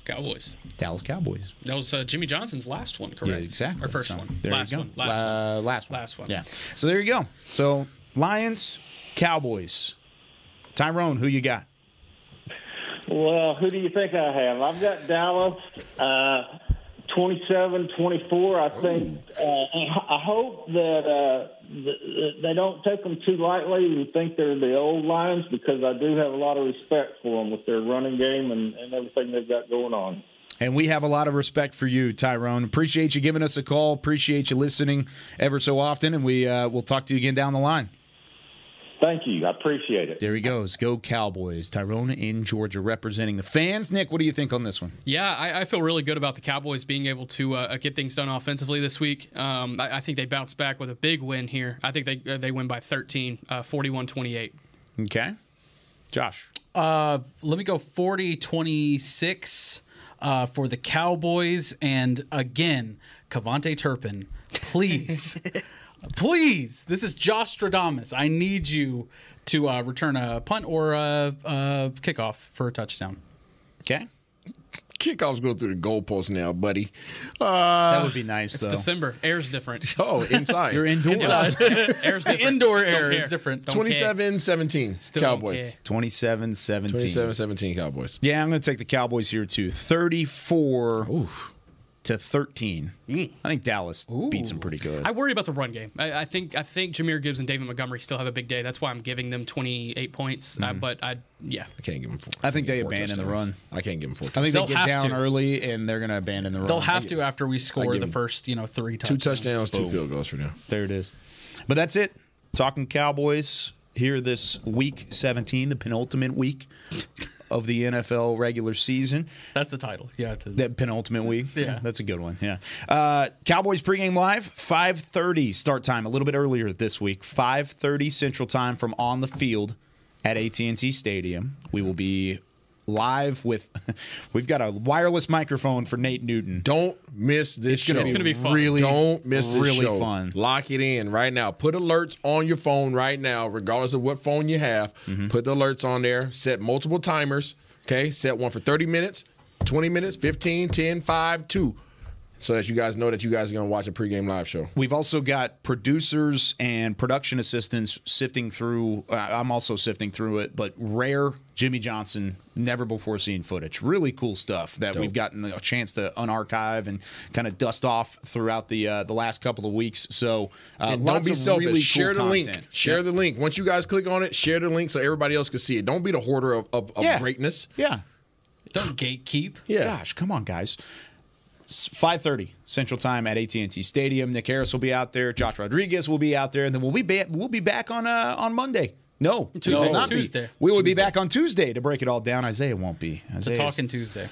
S8: Cowboys.
S5: Dallas Cowboys.
S8: That was uh, Jimmy Johnson's last one, correct?
S5: Yeah, exactly.
S8: Or first
S5: So,
S8: one.
S5: there you
S8: last
S5: go.
S8: one.
S7: Uh,
S8: Last
S5: La-
S8: one.
S5: Last one.
S8: Last one.
S5: Yeah. So there you go. So Lions, Cowboys. Tyrone, who you got?
S18: Well, who do you think I have? I've got Dallas, uh, 27, 24. I think, uh, I hope that, uh, th- th- they don't take them too lightly and think they're the old Lions because I do have a lot of respect for them with their running game and, and everything they've got going on.
S5: And we have a lot of respect for you, Tyrone. Appreciate you giving us a call. Appreciate you listening ever so often. And we uh, will talk to you again down the line.
S18: Thank you. I appreciate it.
S5: There he goes. Go Cowboys. Tyrone in Georgia representing the fans. Nick, what do you think on this one?
S8: Yeah, I, I feel really good about the Cowboys being able to uh, get things done offensively this week. Um, I, I think they bounce back with a big win here. I think they uh, they win by 13, uh, 41-28.
S5: Okay. Josh.
S7: Uh, let me go 40 26 uh, for the Cowboys. And again, Cavante Turpin, please, please. This is Josh Stradamus. I need you to uh, return a punt or a, a kickoff for a touchdown.
S5: Okay.
S6: Kickoffs go through the goalposts now, buddy. Uh,
S5: That would be nice,
S8: It's December. Air's different.
S6: Oh, inside.
S5: You're indoors.
S8: Air's different.
S7: Indoor
S8: Don't
S7: air is
S8: care.
S7: different.
S8: Don't care.
S6: 27 17.
S8: Still don't
S6: Cowboys.
S8: care.
S5: 27 17.
S6: 27 17 Cowboys.
S5: Yeah, I'm going to take the Cowboys here too. 34 to 13.
S7: Mm.
S5: I think Dallas beats them pretty good.
S8: I worry about the run game. I, I think I think Jameer Gibbs and David Montgomery still have a big day. That's why I'm giving them 28 points.
S5: Mm-hmm.
S8: Uh, but I yeah.
S6: I can't give them four.
S5: I think they
S6: four
S5: abandon the
S6: touchdowns.
S5: run.
S6: I can't give them four.
S5: I think
S7: They'll
S5: they get
S7: have
S5: down
S7: to.
S5: early and they're going to abandon the run.
S7: They'll have to after we score
S5: give
S7: the
S5: them
S7: first, you know, three
S6: Two
S7: touchdowns.
S6: touchdowns, two
S7: Boom.
S6: field goals for now.
S5: There it is. But that's it. Talking Cowboys here this week 17, the penultimate week of the NFL regular season.
S7: That's the title. Yeah, it's a-
S5: That penultimate week.
S7: Yeah.
S5: that's a good one. Yeah. Uh, Cowboys pregame live, 5:30 start time, a little bit earlier this week, 5:30 Central Time from on the field at AT&T Stadium. We will be live with we've got a wireless microphone for Nate Newton.
S6: Don't miss this
S5: It's gonna
S6: show.
S5: be It's gonna be fun. really-
S6: don't miss this
S5: really
S6: show.
S5: fun.
S6: Lock it in right now. Put alerts on your phone right now, regardless of what phone you have.
S5: Mm-hmm.
S6: Put the alerts on there. Set multiple timers. Okay, set one for 30 minutes, 20 minutes, 15, 10, 5, 2. So that you guys know that you guys are gonna watch a pregame live show.
S5: We've also got producers and production assistants sifting through. Uh, I'm also sifting through it, but rare Jimmy Johnson, never before seen footage. Really cool stuff that we've gotten a chance to unarchive and kind of dust off throughout the uh, the last couple of weeks. So uh,
S6: and don't
S5: lots
S6: be
S5: of
S6: selfish.
S5: really
S6: share
S5: cool
S6: the
S5: content.
S6: link. Share
S5: Yeah.
S6: the link. Once you guys click on it, share the link so everybody else can see it. Don't be the hoarder of, of, of
S5: Yeah.
S6: greatness.
S5: Yeah.
S7: Don't gatekeep.
S5: Yeah. Gosh, come on, guys. 5:30 Central Time at AT&T Stadium. Nick Harris will be out there. Josh Rodriguez will be out there, and then we'll be ba- we'll be back on uh, on Monday. No,
S7: Tuesday.
S5: we will not
S7: Tuesday.
S5: Be. We will be
S7: Tuesday.
S5: back on Tuesday to break it all down. Isaiah won't be.
S7: It's
S5: Isaiah
S7: a talking Tuesday.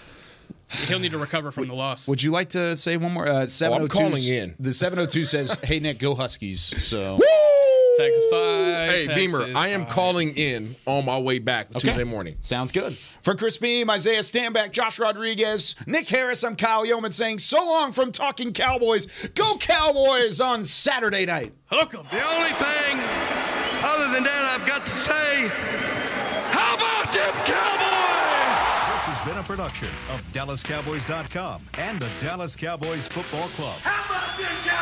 S7: He'll need to recover from the loss.
S5: Would you like to say one more? Uh, 702
S6: calling in.
S5: The 702 says, "Hey Nick, go Huskies." So
S8: Texas five.
S6: Hey,
S8: Texas
S6: Beamer, I am
S8: five.
S6: calling in on my way back Tuesday morning.
S5: sounds good.
S9: For Chris Beam, Isaiah Standback, Josh Rodriguez, Nick Harris, I'm Kyle Yeoman saying so long from Talking Cowboys. Go Cowboys on Saturday night.
S7: Look 'em.
S19: The only thing other than that I've got to say, how about them Cowboys?
S1: This has been a production of DallasCowboys.com and the Dallas Cowboys Football Club.
S19: How about them Cowboys?